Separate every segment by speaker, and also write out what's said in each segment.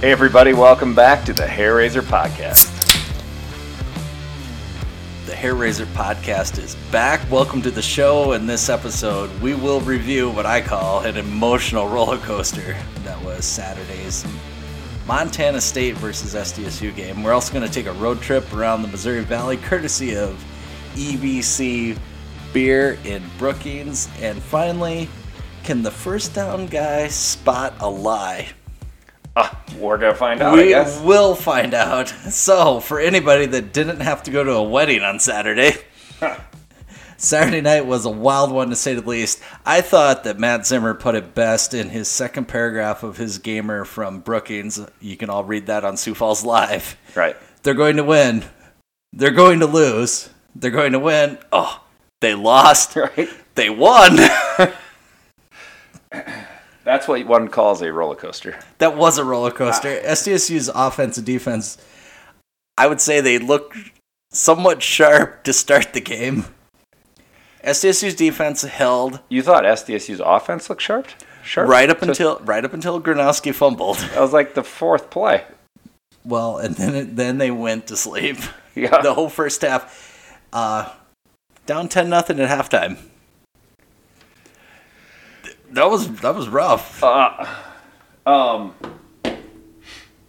Speaker 1: Hey, everybody, welcome back to the Hair Razor Podcast.
Speaker 2: The Hair Razor Podcast is back. Welcome to the show. In this episode, we will review what I call an emotional roller coaster. That was Saturday's Montana State versus SDSU game. We're also going to take a road trip around the Missouri Valley, courtesy of EBC Beer in Brookings. And finally, can the first down guy spot a lie?
Speaker 1: Ah, we're going to find out, I
Speaker 2: we
Speaker 1: guess.
Speaker 2: will find out. So, for anybody that didn't have to go to a wedding on Saturday, Saturday night was a wild one to say the least. I thought that Matt Zimmer put it best in his second paragraph of his gamer from Brookings. You can all read that on Sioux Falls Live.
Speaker 1: Right.
Speaker 2: They're going to win. They're going to lose. They're going to win. Oh, they lost.
Speaker 1: Right.
Speaker 2: They won.
Speaker 1: That's what one calls a roller coaster.
Speaker 2: that was a
Speaker 1: Ah.
Speaker 2: roller coaster. SDSU's offense and defense, I would say they looked somewhat sharp to start the game. SDSU's defense held
Speaker 1: You thought SDSU's offense looked sharp? Sharp.
Speaker 2: right up
Speaker 1: So
Speaker 2: until right up until Gronowski fumbled.
Speaker 1: That was like the fourth play.
Speaker 2: Well, and then it, then they went to sleep.
Speaker 1: Yeah.
Speaker 2: The whole first half, uh, down ten nothing at halftime. Th- That was that was rough.
Speaker 1: Um,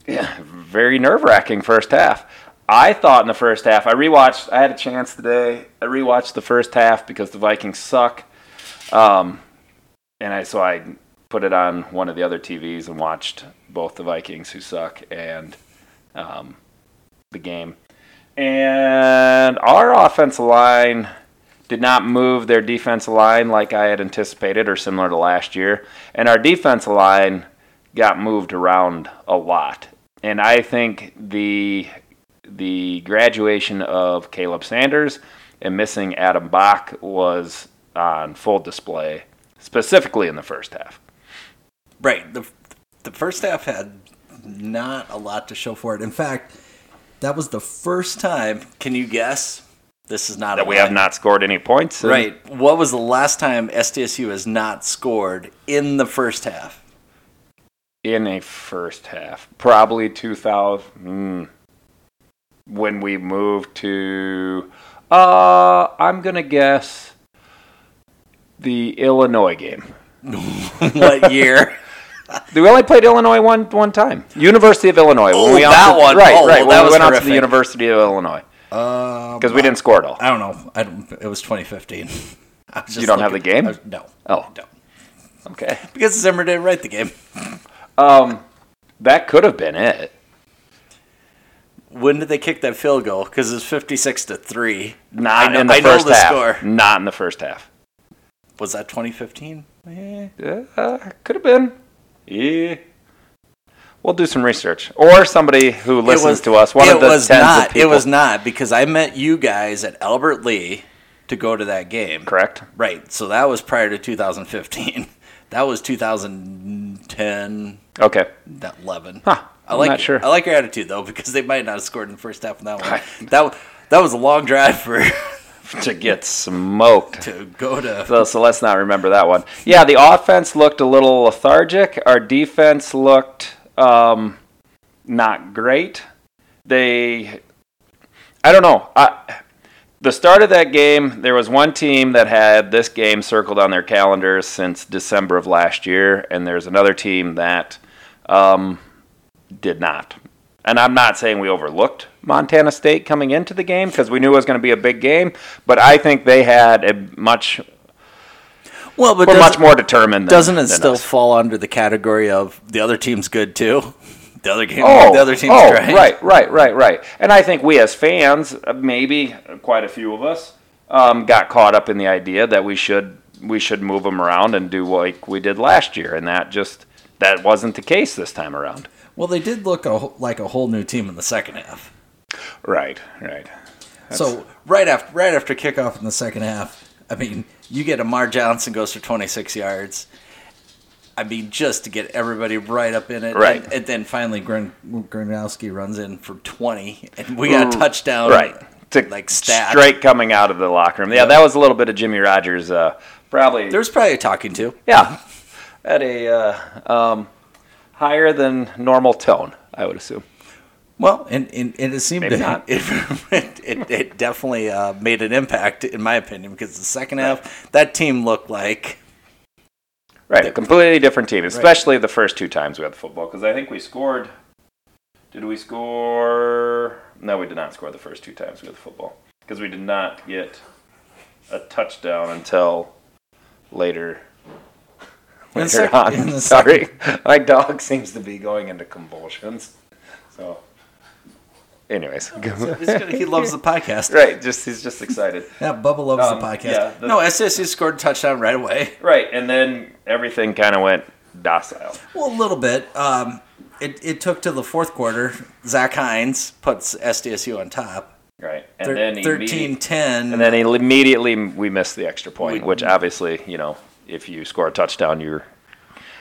Speaker 1: Yeah, very nerve wracking first half. I thought in the first half, I rewatched, I had a chance today. I rewatched the first half because the Vikings suck. Um, and I, so I put it on one of the other TVs and watched both the Vikings who suck and um, the game. And our offensive line did not move their defensive line like I had anticipated or similar to last year. And our defensive line got moved around a lot. And I think the the graduation of Caleb Sanders and missing Adam Bach was on full display, specifically in the first half.
Speaker 2: Right. The the first half had not a lot to show for it. In fact, that was the first time. Can you guess? This is not a
Speaker 1: That we have
Speaker 2: lie.
Speaker 1: not scored any points. and
Speaker 2: Right. What was the last time SDSU has not scored in the first half?
Speaker 1: in a first half. Probably 2000 mm, when we moved to uh I'm going to guess the Illinois game.
Speaker 2: what year?
Speaker 1: We only played Illinois one one time. University of Illinois.
Speaker 2: Oh,
Speaker 1: we out
Speaker 2: that
Speaker 1: to-
Speaker 2: one.
Speaker 1: Right,
Speaker 2: Oh, well,
Speaker 1: right. when
Speaker 2: that
Speaker 1: we
Speaker 2: was
Speaker 1: went out to
Speaker 2: horrific.
Speaker 1: the University of Illinois
Speaker 2: Uh,
Speaker 1: because we didn't score at all.
Speaker 2: I don't know. I don't, it was 2015. I was just
Speaker 1: You don't have
Speaker 2: looking-
Speaker 1: the game?
Speaker 2: I was- no.
Speaker 1: Oh.
Speaker 2: No.
Speaker 1: Okay.
Speaker 2: Because Zimmer didn't write the game.
Speaker 1: Um, that could have been it.
Speaker 2: When did they kick that field goal? Because it's 56 to 3.
Speaker 1: Not
Speaker 2: I know-
Speaker 1: in the
Speaker 2: I know
Speaker 1: first
Speaker 2: the
Speaker 1: half.
Speaker 2: score.
Speaker 1: Not in the first half.
Speaker 2: Was that 2015? Eh.
Speaker 1: Uh, could have been. Yeah. We'll do some research, or somebody who listens to us. One
Speaker 2: it
Speaker 1: of the
Speaker 2: was
Speaker 1: tens
Speaker 2: not.
Speaker 1: of people.
Speaker 2: It was not because I met you guys at Albert Lee to go to that game.
Speaker 1: correct.
Speaker 2: Right. So that was prior to 2015. That was 2010,
Speaker 1: Okay.
Speaker 2: that 11.
Speaker 1: Huh,
Speaker 2: I
Speaker 1: I'm
Speaker 2: like
Speaker 1: not sure.
Speaker 2: I like your attitude though because they might not have scored in the first half in that one. that that was a long drive for
Speaker 1: To get smoked.
Speaker 2: to go to.
Speaker 1: So, so let's not remember that one. Yeah, the offense looked a little lethargic. Our defense looked um, not great. They, I don't know. I, the start of that game, there was one team that had this game circled on their calendars since December of last year, and there's another team that um, did not. And I'm not saying we overlooked Montana State coming into the game because we knew it was going to be a big game, but I think they had a much
Speaker 2: Well, but
Speaker 1: we're
Speaker 2: does-
Speaker 1: much more determined. Than,
Speaker 2: doesn't
Speaker 1: than
Speaker 2: it still
Speaker 1: us.
Speaker 2: fall under the category of the other team's good too? The other game,
Speaker 1: Oh,
Speaker 2: the other team's
Speaker 1: oh,
Speaker 2: trying.
Speaker 1: right, right, right, right. And I think we as fans, uh, maybe quite a few of us, um, got caught up in the idea that we should we should move them around and do like we did last year, and that just that wasn't the case this time around.
Speaker 2: Well, they did look a, wh- like a whole new team in the second half.
Speaker 1: Right, right.
Speaker 2: so right after right after kickoff in the second half, I mean, you get Amar Johnson goes for 26 yards. I mean, just to get everybody right up in it,
Speaker 1: Right.
Speaker 2: And, and then finally, Grin, Gronowski runs in for 20, and we got a touchdown.
Speaker 1: Right. To
Speaker 2: Um, like stat.
Speaker 1: straight coming out of the locker room. Yeah, that was a little bit of Jimmy Rogers. Uh, probably
Speaker 2: There was probably a talking to.
Speaker 1: yeah, at a uh, um, higher than normal tone. I would assume.
Speaker 2: Well, and, and, and it seemed
Speaker 1: Maybe
Speaker 2: to
Speaker 1: not.
Speaker 2: It, it, it definitely uh, made an impact, in my opinion, because the second half, that team looked like
Speaker 1: Right, a completely different team, especially the first two times we had the football, because I think we scored. Did we score? No, we did not score the first two times we had the football, because we did not get a touchdown until later.
Speaker 2: In
Speaker 1: Later
Speaker 2: the sec-
Speaker 1: on.
Speaker 2: in the
Speaker 1: Sorry, my dog seems to be going into convulsions. So, anyways,
Speaker 2: Oh, It's good. he loves the podcast.
Speaker 1: right, just he's just excited.
Speaker 2: Yeah, Bubba loves
Speaker 1: Um,
Speaker 2: the podcast.
Speaker 1: yeah, the-
Speaker 2: no, SSU scored a touchdown right away.
Speaker 1: Right, and then everything kind of went docile.
Speaker 2: Well, a little bit. Um, it, it took to the fourth quarter. Zach Hines puts SDSU on top.
Speaker 1: Right, and
Speaker 2: Thir-
Speaker 1: then immediately-
Speaker 2: 13 10.
Speaker 1: And then he- immediately we missed the extra point,
Speaker 2: We-
Speaker 1: which obviously, you know, if you score a touchdown, you're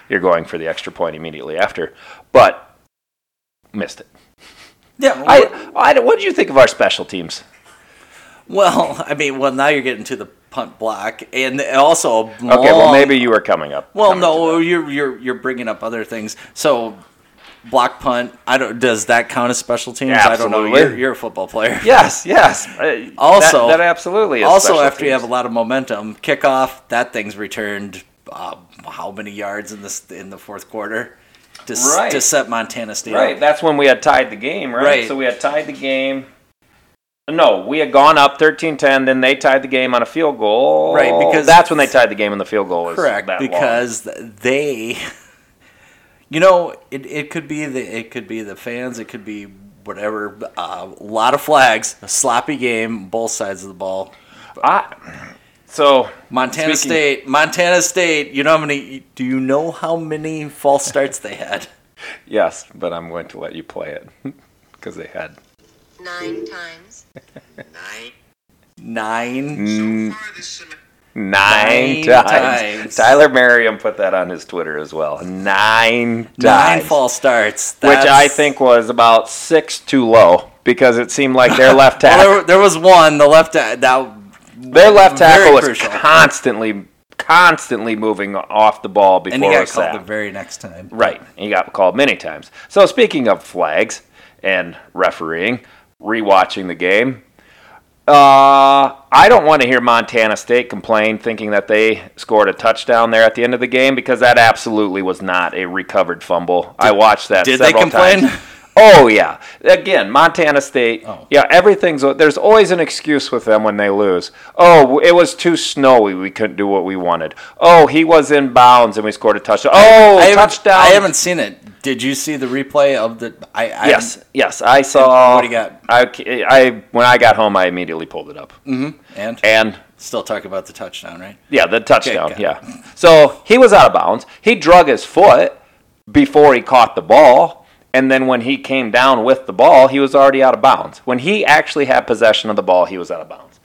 Speaker 1: you're going for the extra point immediately after. But missed it.
Speaker 2: yeah, well,
Speaker 1: I, I what did you think of our special teams?
Speaker 2: well, I mean, well, now you're getting to the punt block. And also, okay,
Speaker 1: Okay, well maybe you were coming up.
Speaker 2: Well,
Speaker 1: coming
Speaker 2: no,
Speaker 1: to
Speaker 2: you're you're you're bringing up other things. So, block punt. I don't. Does that count as special teams? I don't know.
Speaker 1: Absolutely.
Speaker 2: You're, you're a football player.
Speaker 1: that. yes, yes. Uh,
Speaker 2: Also-
Speaker 1: that, that absolutely. Is
Speaker 2: also,
Speaker 1: special
Speaker 2: after you
Speaker 1: teams.
Speaker 2: have a lot of momentum, kickoff. That thing's returned. Uh, how many yards in this in the fourth quarter to, s-
Speaker 1: Right.
Speaker 2: to set Montana State?
Speaker 1: Right,
Speaker 2: up?
Speaker 1: that's when we had tied the game, right?
Speaker 2: Right.
Speaker 1: So we had tied the game. No, we had gone up 13-10, then they tied the game on a field goal.
Speaker 2: Right, because-
Speaker 1: that's when they tied the game on the field goal. Was
Speaker 2: Correct.
Speaker 1: that long.
Speaker 2: Because they, you know, it, it could be the it could be the fans. It could be whatever. Uh, a lot of flags. A sloppy game. Both sides of the ball.
Speaker 1: I, so
Speaker 2: Montana
Speaker 1: Speaking-
Speaker 2: State, Montana State. You know how many? Do you know how many false starts they had?
Speaker 1: yes, but I'm going to let you play it because they had
Speaker 3: Nine times.
Speaker 4: Nine.
Speaker 2: Nine.
Speaker 4: So far this semester.
Speaker 1: nine,
Speaker 2: Nine
Speaker 1: times.
Speaker 2: times.
Speaker 1: Tyler Merriam put that on his Twitter as well. Nine
Speaker 2: Nine
Speaker 1: times,
Speaker 2: false starts,
Speaker 1: which I
Speaker 2: That's-
Speaker 1: think was about six too low because it seemed like their left
Speaker 2: Well,
Speaker 1: tackle.
Speaker 2: there, there was one. The left ta- that
Speaker 1: Their left
Speaker 2: Very
Speaker 1: tackle was
Speaker 2: crucial.
Speaker 1: constantly, constantly moving off the ball before
Speaker 2: and he
Speaker 1: it
Speaker 2: got called
Speaker 1: was
Speaker 2: the
Speaker 1: sacked.
Speaker 2: very next time.
Speaker 1: right, he got called many times. So speaking of flags and refereeing, rewatching the game, uh, I don't want to hear Montana State complain thinking that they scored a touchdown there at the end of the game because that absolutely was not a recovered fumble. I watched that.
Speaker 2: did they
Speaker 1: several
Speaker 2: complain?
Speaker 1: times. Oh yeah. Again, Montana State.
Speaker 2: Oh.
Speaker 1: Yeah, everything's there's always an excuse with them when they lose. Oh, it was too snowy. We couldn't do what we wanted. Oh, he was in bounds and we scored a touchdown. Oh,
Speaker 2: I haven't,
Speaker 1: touchdown.
Speaker 2: I haven't seen it. Did you see the replay of the? I, I
Speaker 1: Yes, yes, I saw.
Speaker 2: what do you got?
Speaker 1: I, I when I got home, I immediately pulled it up,
Speaker 2: Mm-hmm. and
Speaker 1: and
Speaker 2: still talk about the touchdown, right?
Speaker 1: yeah, the touchdown.
Speaker 2: got it.
Speaker 1: yeah, so he was out of bounds. He drug his foot before he caught the ball, and then when he came down with the ball, he was already out of bounds. When he actually had possession of the ball, he was out of bounds.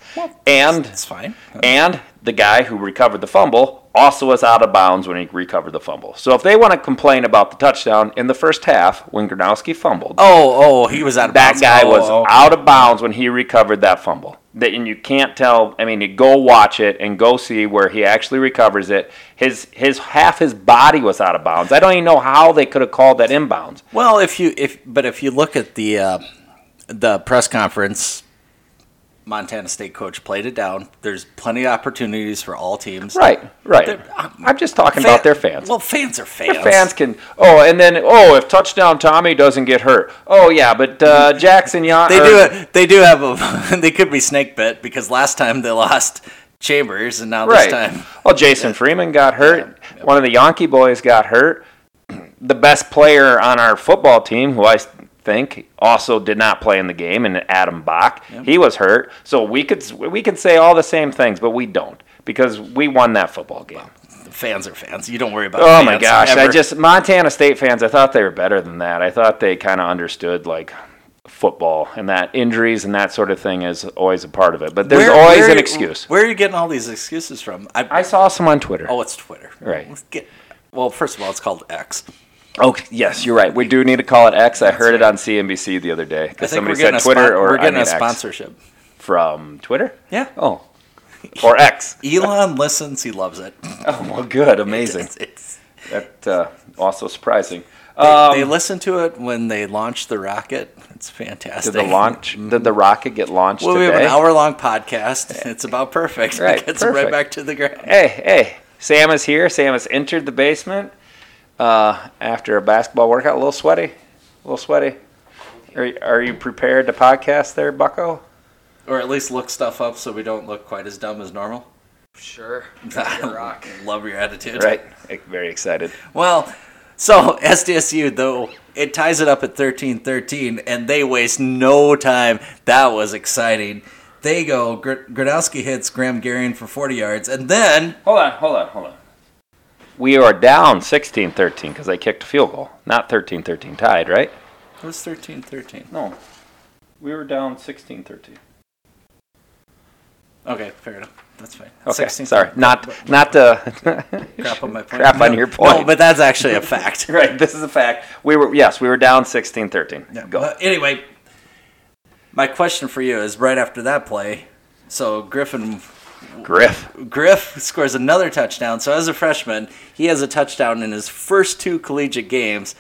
Speaker 1: and
Speaker 2: That's fine.
Speaker 1: and the guy who recovered the fumble also was out of bounds when he recovered the fumble. So if they want to complain about the touchdown in the first half when Gronowski fumbled,
Speaker 2: Oh, oh, he was out of
Speaker 1: that
Speaker 2: bounds.
Speaker 1: guy
Speaker 2: Oh,
Speaker 1: was
Speaker 2: oh.
Speaker 1: out of bounds when he recovered that fumble. That and you can't tell. I mean, you go watch it and go see where he actually recovers it. His his half his body was out of bounds. I don't even know how they could have called that inbounds.
Speaker 2: Well, if you if but if you look at the uh, the press conference, Montana State coach played it down. There's plenty of opportunities for all teams.
Speaker 1: Right, right.
Speaker 2: They're-
Speaker 1: I'm just talking
Speaker 2: Fan-
Speaker 1: about their fans.
Speaker 2: Well, fans are fans.
Speaker 1: fans can oh and then oh if touchdown tommy doesn't get hurt oh yeah but uh, jackson Yon-
Speaker 2: They do it. They do have a. they could be snake bit because last time they lost Chambers, and now
Speaker 1: right
Speaker 2: this time
Speaker 1: well jason freeman got hurt one of the yankee boys got hurt the best player on our football team who i s- think also did not play in the game and adam bach he was hurt so we could s- we could say all the same things but we don't because we won that football game
Speaker 2: the fans are fans. You don't worry about.
Speaker 1: Oh
Speaker 2: fans
Speaker 1: my gosh! I
Speaker 2: ever.
Speaker 1: just Montana State fans. I thought they were better than that. I thought they kind of understood like football and that injuries and that sort of thing is always a part of it. But there's
Speaker 2: Where-
Speaker 1: always
Speaker 2: where-
Speaker 1: an excuse.
Speaker 2: Where are you getting all these excuses from?
Speaker 1: I saw some on Twitter.
Speaker 2: oh, it's Twitter.
Speaker 1: Right.
Speaker 2: Let's Get, well, first of all, it's called X.
Speaker 1: Oh yes, you're right. We do need to call it X. I heard it on CNBC the other day
Speaker 2: I
Speaker 1: because
Speaker 2: think
Speaker 1: somebody
Speaker 2: we're
Speaker 1: said
Speaker 2: getting,
Speaker 1: Twitter
Speaker 2: a, spon-
Speaker 1: or
Speaker 2: we're
Speaker 1: I
Speaker 2: getting
Speaker 1: mean, X.
Speaker 2: a sponsorship.
Speaker 1: from Twitter.
Speaker 2: Yeah.
Speaker 1: Oh, or X.
Speaker 2: Elon listens. He loves it.
Speaker 1: Oh well, good, amazing.
Speaker 2: It's- it's-
Speaker 1: That uh, also surprising. Um,
Speaker 2: they listened to it when they launched the rocket. It's fantastic.
Speaker 1: did the launch? Did the rocket get launched
Speaker 2: Mm-hmm. Well, we
Speaker 1: today?
Speaker 2: have an hour-long podcast. It's about perfect.
Speaker 1: Right,
Speaker 2: it gets them right
Speaker 1: perfect.
Speaker 2: back to the ground.
Speaker 1: Hey, hey! Sam is here. Sam has entered the basement uh, after a basketball workout. A little sweaty. A little sweaty. Are, are you prepared to podcast there, Bucko?
Speaker 2: Or at least look stuff up so we don't look quite as dumb as normal.
Speaker 5: Sure. rock.
Speaker 2: Love your attitude.
Speaker 1: Right. Very excited.
Speaker 2: Well, so SDSU though it ties it up at thirteen thirteen, and they waste no time. That was exciting. They go. Gr- Gradowski hits Graham Garion for forty yards, and then
Speaker 1: Hold on, hold on, hold on. We are down 16 13 because they kicked a field goal. Not 13 13 tied, right?
Speaker 2: it was thirteen thirteen.
Speaker 1: No. We were down 16 13.
Speaker 2: Okay, fair enough. That's fine.
Speaker 1: Okay,
Speaker 2: 16.
Speaker 1: sorry. Not not to
Speaker 2: crap on my point.
Speaker 1: crap on
Speaker 2: No,
Speaker 1: your point.
Speaker 2: No, but that's actually a fact.
Speaker 1: right, this is a fact. We were yes, we were down 16 13.
Speaker 2: Yeah,
Speaker 1: Go.
Speaker 2: but anyway, my question for you is right after that play. So Griffin
Speaker 1: Griff.
Speaker 2: Griff scores another touchdown. So as a freshman, he has a touchdown in his first two collegiate games.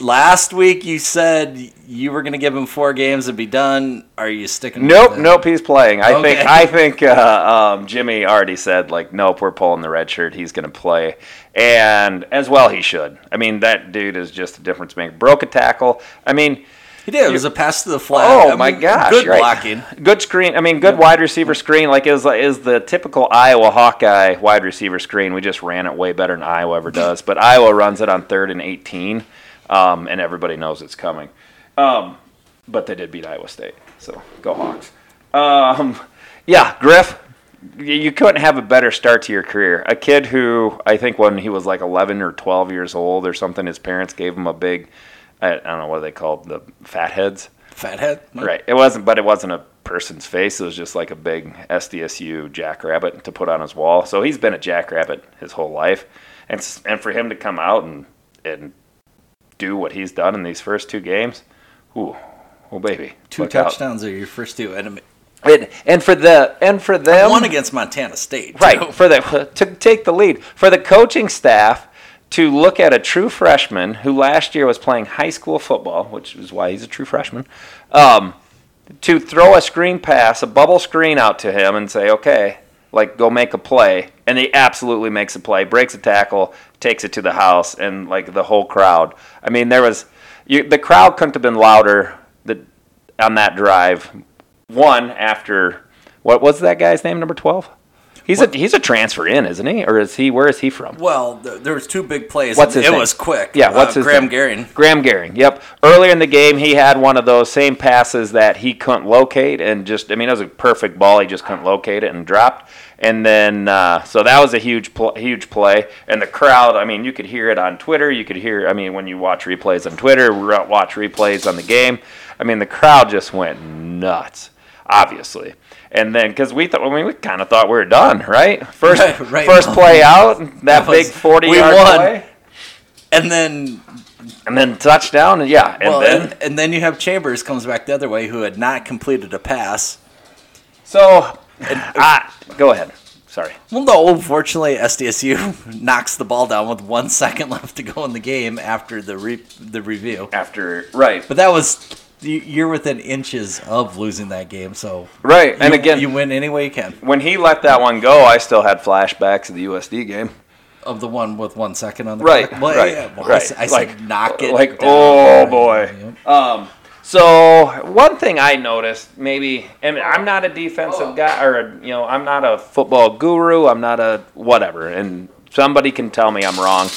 Speaker 2: last week, you said you were going to give him four games and be done. Are you sticking?
Speaker 1: Nope,
Speaker 2: with it?
Speaker 1: nope, he's playing. I
Speaker 2: Okay.
Speaker 1: think I think uh, um, Jimmy already said like nope, we're pulling the red shirt. He's going to play, and as well he should. I mean that dude is just a difference maker. Broke a tackle. I mean.
Speaker 2: He did. It was a pass to the flag. I
Speaker 1: Oh
Speaker 2: mean,
Speaker 1: my gosh!
Speaker 2: Good
Speaker 1: right.
Speaker 2: blocking.
Speaker 1: good screen. I mean, good wide receiver screen. Like is is the typical Iowa Hawkeye wide receiver screen. We just ran it way better than Iowa ever does. But Iowa runs it on third and eighteen, um, and everybody knows it's coming. Um, but they did beat Iowa State, so go Hawks. Um, yeah, Griff, y- you couldn't have a better start to your career. A kid who I think when he was like 11 or 12 years old or something, his parents gave him a big. I I don't know what they called the fatheads.
Speaker 2: Fathead.
Speaker 1: Right. It wasn't, but it wasn't a person's face. It was just like a big SDSU jackrabbit to put on his wall. So he's been a jackrabbit his whole life, and s- and for him to come out and and do what he's done in these first two games, ooh, oh baby,
Speaker 2: Two
Speaker 1: look out.
Speaker 2: touchdowns are your first two. And
Speaker 1: And, and for the and for them,
Speaker 2: one against Montana State. too.
Speaker 1: right for the to take the lead for the coaching staff to look at a true freshman who last year was playing high school football, which is why he's a true freshman, um, to throw a screen pass, a bubble screen out to him, and say, "Okay, like go make a play," and he absolutely makes a play, breaks a tackle, takes it to the house, and like the whole crowd. I mean, there was you, the crowd couldn't have been louder the, on that drive. One after what was that guy's name? Number twelve. He's a he's a transfer in, isn't he? Or is he? Where is he from?
Speaker 2: Well, th- there was two big plays.
Speaker 1: What's his
Speaker 2: It
Speaker 1: name?
Speaker 2: was quick.
Speaker 1: Yeah, what's
Speaker 2: uh,
Speaker 1: his
Speaker 2: Graham
Speaker 1: name?
Speaker 2: Garion.
Speaker 1: Graham Gehring. Yep. Earlier in the game, he had one of those same passes that he couldn't locate, and just I mean, it was a perfect ball. He just couldn't locate it and dropped. And then uh, so that was a huge pl- huge play, and the crowd. I mean, you could hear it on Twitter. You could hear. I mean, when you watch replays on Twitter, re- watch replays on the game. I mean, the crowd just went nuts. Obviously. And then, because we thought, I mean, we kind of thought we were done, right? First,
Speaker 2: Right, right.
Speaker 1: first play out, that, big
Speaker 2: was- we
Speaker 1: forty-yard
Speaker 2: won.
Speaker 1: play,
Speaker 2: And then
Speaker 1: and then touchdown, and yeah, and
Speaker 2: well,
Speaker 1: then
Speaker 2: and, and then you have Chambers comes back the other way, who had not completed a pass.
Speaker 1: So, ah, go ahead. Sorry.
Speaker 2: Well, no, unfortunately, SDSU knocks the ball down with one second left to go in the game after the re- the review.
Speaker 1: After right,
Speaker 2: But that was you- you're within inches of losing that game, so
Speaker 1: right, and
Speaker 2: you-
Speaker 1: again,
Speaker 2: you win any way you can.
Speaker 1: when he let that one go, I still had flashbacks of the USD game.
Speaker 2: Of the one with one second on the
Speaker 1: Right,
Speaker 2: clock. Well,
Speaker 1: right,
Speaker 2: yeah, well, I
Speaker 1: right.
Speaker 2: s- I,
Speaker 1: Like-
Speaker 2: said knock it.
Speaker 1: like,
Speaker 2: down.
Speaker 1: oh, boy.
Speaker 2: Yep.
Speaker 1: Um, so one thing I noticed, maybe, and I'm not a defensive guy, or a, you know, I'm not a football guru. I'm not a whatever, and somebody can tell me I'm wrong.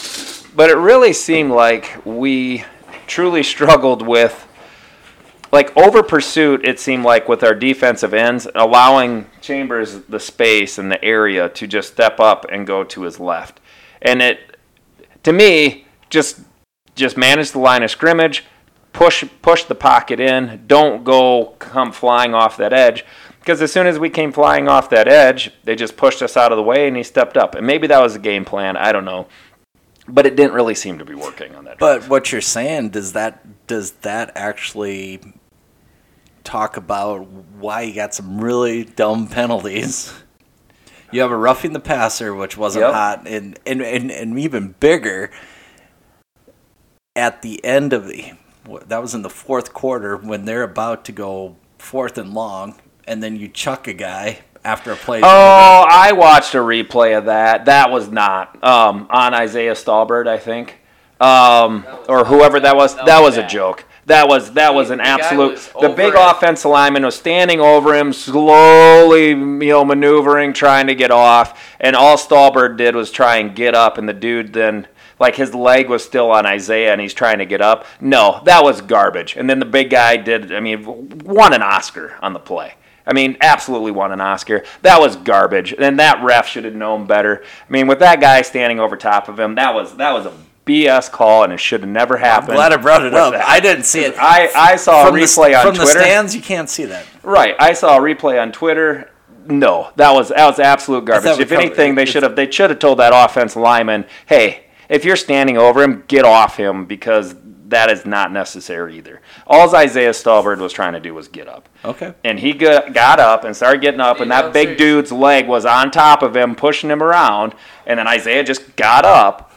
Speaker 1: But it really seemed like we truly struggled with like over pursuit, it seemed like with our defensive ends, allowing Chambers the space and the area to just step up and go to his left. And it, to me, just just manage the line of scrimmage, push push the pocket in, don't go come flying off that edge. Because as soon as we came flying off that edge, they just pushed us out of the way and he stepped up. And maybe that was the game plan, I don't know. But it didn't really seem to be working on that.
Speaker 2: But what you're saying does that does that actually talk about why you got some really dumb penalties? You have a roughing the passer, which wasn't
Speaker 1: Yep.
Speaker 2: hot, and, and, and, and even bigger. at the end of the that was in the fourth quarter when they're about to go fourth and long, and then you chuck a guy after a play.
Speaker 1: Oh, I watched a replay of that. That was not um, on Isaiah Stallbird, I think, um,
Speaker 5: That was-
Speaker 1: or whoever that was. That was a
Speaker 5: bad.
Speaker 1: joke. That was that was an
Speaker 5: The guy
Speaker 1: absolute.
Speaker 5: was
Speaker 1: the big
Speaker 5: over it.
Speaker 1: offensive lineman was standing over him, slowly you know maneuvering, trying to get off, and all Stallbird did was try and get up, and the dude then. Like his leg was still on Isaiah and he's trying to get up. No, that was garbage. And then the big guy did, I mean, won an Oscar on the play. I mean, absolutely won an Oscar. That was garbage, and that ref should have known better. I mean, with that guy standing over top of him, that was that was a BS call, and it should have never happened.
Speaker 2: glad I brought it
Speaker 1: What's
Speaker 2: up.
Speaker 1: that?
Speaker 2: I didn't see it.
Speaker 1: I, I saw a
Speaker 2: the-
Speaker 1: replay on
Speaker 2: from
Speaker 1: Twitter.
Speaker 2: the stands, you can't see that.
Speaker 1: Right, I saw a replay on Twitter. No, that was that was absolute garbage.
Speaker 2: thought we
Speaker 1: If
Speaker 2: covered
Speaker 1: anything,
Speaker 2: it.
Speaker 1: they
Speaker 2: It's-
Speaker 1: should have they should have told that offense lineman, hey, if you're standing over him, get off him because that is not necessary either. All Isaiah Stallbird was trying to do was get up.
Speaker 2: Okay.
Speaker 1: And he go- got up and started getting up, and that big dude's leg was on top of him, pushing him around. And then Isaiah just got up,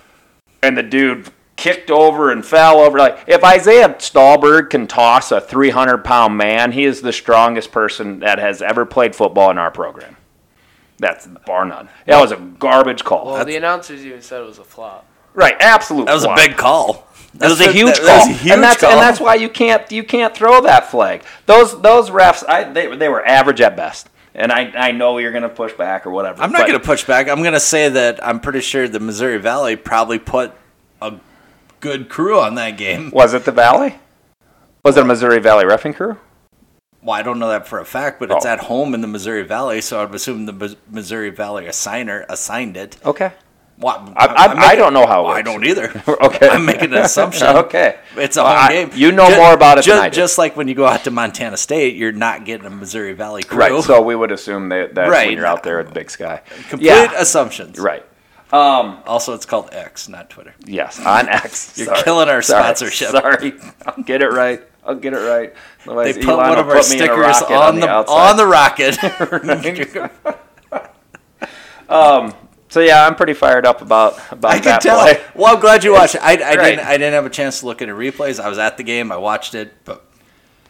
Speaker 1: and the dude kicked over and fell over. Like if Isaiah Stallberg can toss a 300 pound man, he is the strongest person that has ever played football in our program. That's bar none. That was a garbage call.
Speaker 5: Well, the announcers even said it was a flop.
Speaker 1: right, absolute.
Speaker 2: That was
Speaker 1: flop.
Speaker 2: a big call.
Speaker 1: That was a
Speaker 2: That's-
Speaker 1: huge
Speaker 2: that-
Speaker 1: call,
Speaker 2: that was a huge
Speaker 1: and that's
Speaker 2: call.
Speaker 1: and that's why you can't you can't throw that flag. Those those refs, I they, they were average at best, and I, I know you're gonna push back or whatever.
Speaker 2: I'm not
Speaker 1: but
Speaker 2: going to push back. I'm going to say that I'm pretty sure the Missouri Valley probably put a good crew on that game.
Speaker 1: Was it the Valley? Was it a Missouri Valley refing crew?
Speaker 2: Well, I don't know that for a fact, but it's
Speaker 1: Oh.
Speaker 2: at home in the Missouri Valley, so I'd assume the Mis- Missouri Valley assigner assigned it.
Speaker 1: Okay.
Speaker 2: Well,
Speaker 1: I- I-
Speaker 2: I'm making-
Speaker 1: I don't know how it
Speaker 2: Well, I
Speaker 1: works.
Speaker 2: don't either.
Speaker 1: Okay.
Speaker 2: I'm making an assumption.
Speaker 1: okay.
Speaker 2: It's a
Speaker 1: Well,
Speaker 2: home
Speaker 1: I-
Speaker 2: game.
Speaker 1: You know
Speaker 2: Ju-
Speaker 1: more about it
Speaker 2: ju-
Speaker 1: than I do.
Speaker 2: Just like when you go out to Montana State, you're not getting a Missouri Valley crew.
Speaker 1: right. So we would assume that that's
Speaker 2: Right.
Speaker 1: when you're out there at Big Sky.
Speaker 2: Complete
Speaker 1: yeah.
Speaker 2: assumptions.
Speaker 1: Right.
Speaker 2: Also, it's called X, not Twitter.
Speaker 1: Yes. On X.
Speaker 2: You're
Speaker 1: Sorry.
Speaker 2: killing our
Speaker 1: Sorry.
Speaker 2: sponsorship.
Speaker 1: Sorry. I'll get it right. I'll get it right.
Speaker 2: They
Speaker 1: Otherwise,
Speaker 2: put
Speaker 1: Elon
Speaker 2: one
Speaker 1: will
Speaker 2: of our
Speaker 1: put me in a
Speaker 2: stickers
Speaker 1: rocket
Speaker 2: on, the,
Speaker 1: outside.
Speaker 2: on the rocket.
Speaker 1: So yeah, I'm pretty fired up about about
Speaker 2: I can
Speaker 1: that
Speaker 2: tell.
Speaker 1: play.
Speaker 2: Well, I'm glad you watched. it. I, I
Speaker 1: Right.
Speaker 2: didn't. I didn't have a chance to look at the replays. I was at the game. I watched it, but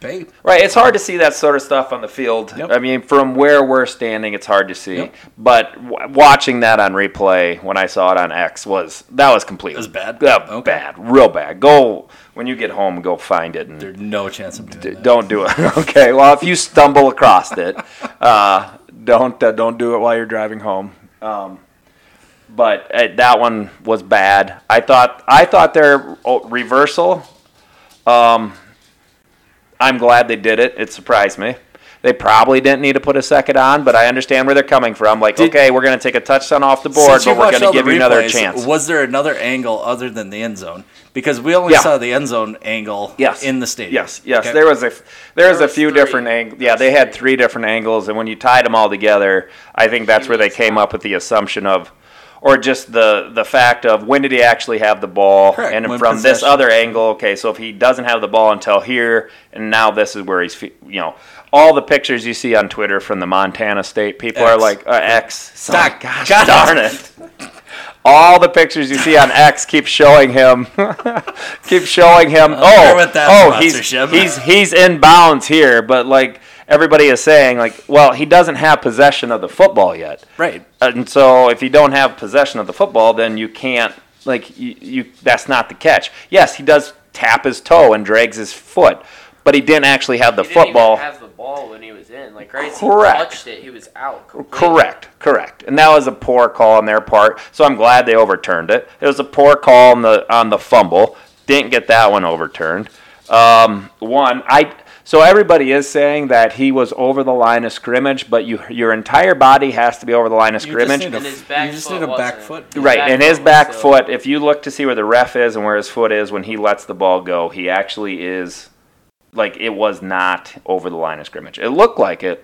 Speaker 2: hey,
Speaker 1: Right, it's hard to see that sort of stuff on the field.
Speaker 2: Yep.
Speaker 1: I mean, from where we're standing, it's hard to see.
Speaker 2: Yep.
Speaker 1: But w- watching that on replay when I saw it on X was that was completely
Speaker 2: was bad?
Speaker 1: Yeah,
Speaker 2: Okay.
Speaker 1: bad, real bad. Go when you get home, go find it and
Speaker 2: there's no chance of doing
Speaker 1: d-
Speaker 2: that.
Speaker 1: don't do it. okay, well, if you stumble across it, uh, don't uh, don't do it while you're driving home. Um, but uh, that one was bad. I thought I thought their oh, reversal. Um, I'm glad they did it. It surprised me. They probably didn't need to put a second on, but I understand where they're coming from. Like,
Speaker 2: Did-
Speaker 1: okay, we're going to take a touchdown off the board,
Speaker 2: Since you
Speaker 1: but we're going
Speaker 2: watched
Speaker 1: to
Speaker 2: all the
Speaker 1: give you another
Speaker 2: replays,
Speaker 1: chance.
Speaker 2: Was there another angle other than the end zone? Because we only
Speaker 1: Yeah.
Speaker 2: saw the end zone angle
Speaker 1: Yes.
Speaker 2: in the stadium.
Speaker 1: Yes, yes.
Speaker 2: Okay.
Speaker 1: There was a f- there was
Speaker 5: There
Speaker 1: a
Speaker 5: was
Speaker 1: few
Speaker 5: three.
Speaker 1: different angles. Yeah, they had three different angles, and when you tied them all together, I think that's where they came up with the assumption of, or just the the fact of when did he actually have the ball,
Speaker 2: Correct,
Speaker 1: and
Speaker 2: when
Speaker 1: from this
Speaker 2: possession.
Speaker 1: other angle. Okay, so if he doesn't have the ball until here, and now this is where he's fe- you know all the pictures you see on Twitter from the Montana State people are
Speaker 2: X.
Speaker 1: like uh, X. Son,
Speaker 2: Doc,
Speaker 1: gosh
Speaker 2: God
Speaker 1: darn
Speaker 2: darn
Speaker 1: it. All the pictures you see on X keep showing him, keep showing him.
Speaker 2: there
Speaker 1: oh,
Speaker 2: with that
Speaker 1: oh, he's,
Speaker 2: sponsorship.
Speaker 1: he's he's in bounds here, but like everybody is saying, like, well, he doesn't have possession of the football yet, Uh,
Speaker 2: right.
Speaker 1: and so if you don't have possession of the football, then you can't like you, you that's not the catch. Yes, he does tap his toe and drags his foot, but he didn't actually have the
Speaker 5: he
Speaker 1: football.
Speaker 5: Didn't even have the ball when he was in. Like right, as
Speaker 1: Correct.
Speaker 5: he touched it. He was out. Completely.
Speaker 1: Correct, correct, and that was a poor call on their part. So I'm glad they overturned it. It was a poor call on the on the fumble. Didn't get that one overturned. Um, one, I so everybody is saying that he was over the line of scrimmage, but you your entire body has to be over the line of
Speaker 2: You just
Speaker 1: scrimmage.
Speaker 2: need
Speaker 5: And his
Speaker 2: You
Speaker 5: back
Speaker 2: just
Speaker 5: foot
Speaker 2: need a back
Speaker 5: wasn't.
Speaker 2: foot.
Speaker 5: His
Speaker 1: Right, and his
Speaker 5: was
Speaker 1: back
Speaker 5: so-
Speaker 1: foot, if you look to see where the ref is and where his foot is when he lets the ball go, he actually is like it was not over the line of scrimmage. It looked like it,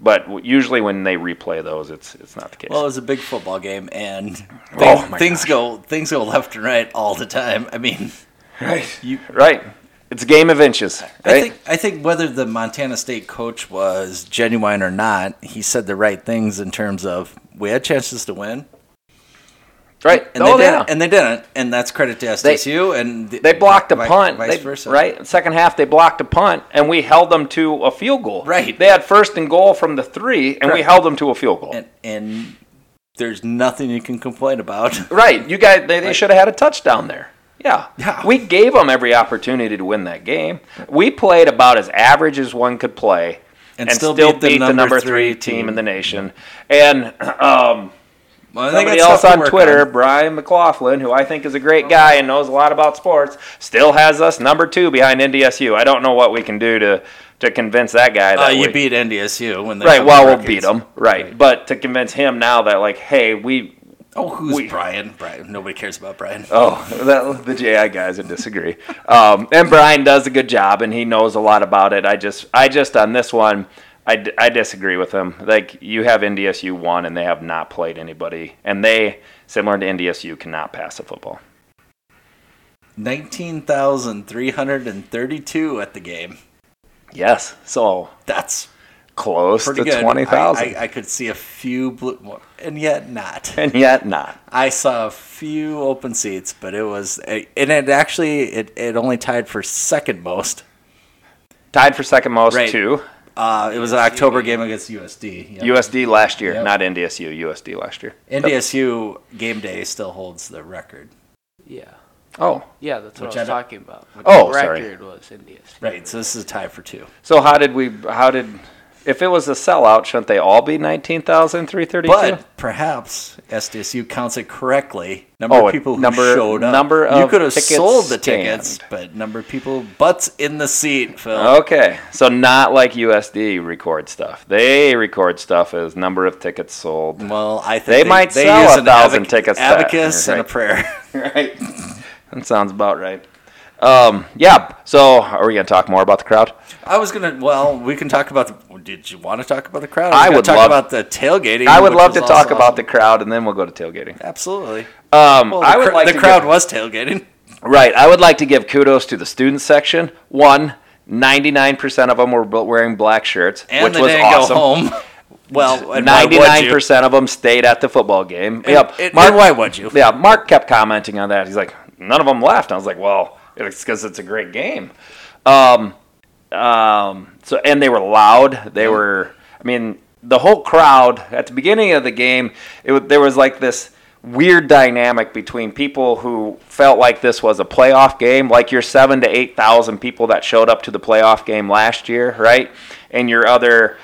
Speaker 1: but w- usually when they replay those, it's it's not the case.
Speaker 2: Well, it was a big football game, and things,
Speaker 1: Oh, my
Speaker 2: things
Speaker 1: gosh.
Speaker 2: go things go left and right all the time. I mean,
Speaker 1: right.
Speaker 2: you-
Speaker 1: right. It's a game of inches, right?
Speaker 2: I think I think whether the Montana State coach was genuine or not, he said the right things in terms of we had chances to win.
Speaker 1: Right.
Speaker 2: And
Speaker 1: oh,
Speaker 2: they
Speaker 1: yeah.
Speaker 2: didn't. And they didn't. And that's credit to SDSU. and th-
Speaker 1: they blocked a
Speaker 2: vi-
Speaker 1: punt.
Speaker 2: Vice
Speaker 1: They-
Speaker 2: versa.
Speaker 1: Right. Second half, they blocked a punt, and we held them to a field goal.
Speaker 2: Right.
Speaker 1: They had first and goal from the three, and we
Speaker 2: Correct.
Speaker 1: held them to a field goal.
Speaker 2: And, and there's nothing you can complain about.
Speaker 1: right. You guys, they, they should have had a touchdown there. Yeah.
Speaker 2: Yeah.
Speaker 1: We gave them every opportunity to win that game. We played about as average as one could play,
Speaker 2: And still beat the number three team.
Speaker 1: in the nation. And um,
Speaker 2: Well, they
Speaker 1: Somebody
Speaker 2: got
Speaker 1: else
Speaker 2: stuff to
Speaker 1: on
Speaker 2: work
Speaker 1: Twitter,
Speaker 2: on.
Speaker 1: Brian McLaughlin, who I think is a great guy and knows a lot about sports, still has us number two behind NDSU. I don't know what we can do to to convince that guy that
Speaker 2: Uh, you
Speaker 1: we-
Speaker 2: beat NDSU when they
Speaker 1: right. Well, we'll beat him, right. But to convince him now that like, hey, we
Speaker 2: Oh, who's
Speaker 1: We-
Speaker 2: Brian? Brian. Nobody cares about Brian.
Speaker 1: oh that, the JI guys would disagree. Um, and Brian does a good job, and he knows a lot about it. I just I just on this one. I, d- I disagree with him. Like you have NDSU one, and they have not played anybody, and they similar to NDSU cannot pass a football.
Speaker 2: Nineteen thousand three hundred and thirty-two at the game.
Speaker 1: Yes. So
Speaker 2: That's
Speaker 1: close
Speaker 2: pretty
Speaker 1: to
Speaker 2: good.
Speaker 1: twenty
Speaker 2: I,
Speaker 1: thousand,
Speaker 2: I, I could see a few blue, and yet not.
Speaker 1: and yet not.
Speaker 2: I saw a few open seats, but it was, and it actually it, it only tied for second most.
Speaker 1: Tied for second most
Speaker 2: Right.
Speaker 1: two
Speaker 2: Uh, it was an October game against USD. Yep.
Speaker 1: USD last year,
Speaker 2: Yep.
Speaker 1: not NDSU. USD last year.
Speaker 2: NDSU game day still holds the record.
Speaker 5: Yeah.
Speaker 1: Oh,
Speaker 5: Yeah, that's what
Speaker 2: Which
Speaker 5: I
Speaker 2: I
Speaker 5: was
Speaker 2: don't-
Speaker 5: talking about. What
Speaker 1: Oh,
Speaker 5: the
Speaker 1: sorry.
Speaker 5: record was India's.
Speaker 2: Right, so this is a tie for two.
Speaker 1: so how did we? How did? If it was a sellout, shouldn't they all be nineteen thousand three thirty-two?
Speaker 2: But perhaps SDSU counts it correctly. Number
Speaker 1: Oh,
Speaker 2: of people who
Speaker 1: number-
Speaker 2: showed up.
Speaker 1: number
Speaker 2: you
Speaker 1: of
Speaker 2: could have
Speaker 1: tickets
Speaker 2: sold the
Speaker 1: stand. Oh,
Speaker 2: tickets, but number of people butts in the seat, Phil.
Speaker 1: Okay, so not like USD record stuff. They record stuff as number of tickets sold.
Speaker 2: Well, I think
Speaker 1: They might
Speaker 2: they
Speaker 1: sell
Speaker 2: use
Speaker 1: a
Speaker 2: an
Speaker 1: thousand
Speaker 2: abac-
Speaker 1: tickets to that,
Speaker 2: abacus, and a
Speaker 1: right?
Speaker 2: prayer.
Speaker 1: Right, that sounds about right. Um, yeah. So are we gonna talk more about the crowd?
Speaker 2: I was gonna. Well, we can talk about. The, did you want to talk about the crowd?
Speaker 1: I
Speaker 2: We can
Speaker 1: would
Speaker 2: talk
Speaker 1: love-
Speaker 2: about the tailgating.
Speaker 1: I would
Speaker 2: which
Speaker 1: love
Speaker 2: was
Speaker 1: to talk
Speaker 2: also-
Speaker 1: about the crowd, and then we'll go to tailgating.
Speaker 2: Absolutely.
Speaker 1: Um,
Speaker 2: Well, the
Speaker 1: I would
Speaker 2: cr-
Speaker 1: like
Speaker 2: the
Speaker 1: to
Speaker 2: crowd
Speaker 1: give-
Speaker 2: was tailgating.
Speaker 1: Right. I would like to give kudos to the student section. One, 99% of them were bu- wearing black shirts,
Speaker 2: and
Speaker 1: which
Speaker 2: they
Speaker 1: was
Speaker 2: didn't
Speaker 1: awesome.
Speaker 2: go home. Well, and why would you?
Speaker 1: 99% of them stayed at the football game. yep.
Speaker 2: and-
Speaker 1: Mark,
Speaker 2: and why would you?
Speaker 1: Yeah. Mark kept commenting on that. He's like, none of them left. I was like, well, it's because it's a great game. Um, um, so and they were loud. They were. I mean, the whole crowd at the beginning of the game, it, wa- there was like this weird dynamic between people who felt like this was a playoff game, like your seven to eight thousand people that showed up to the playoff game last year, right? And your other,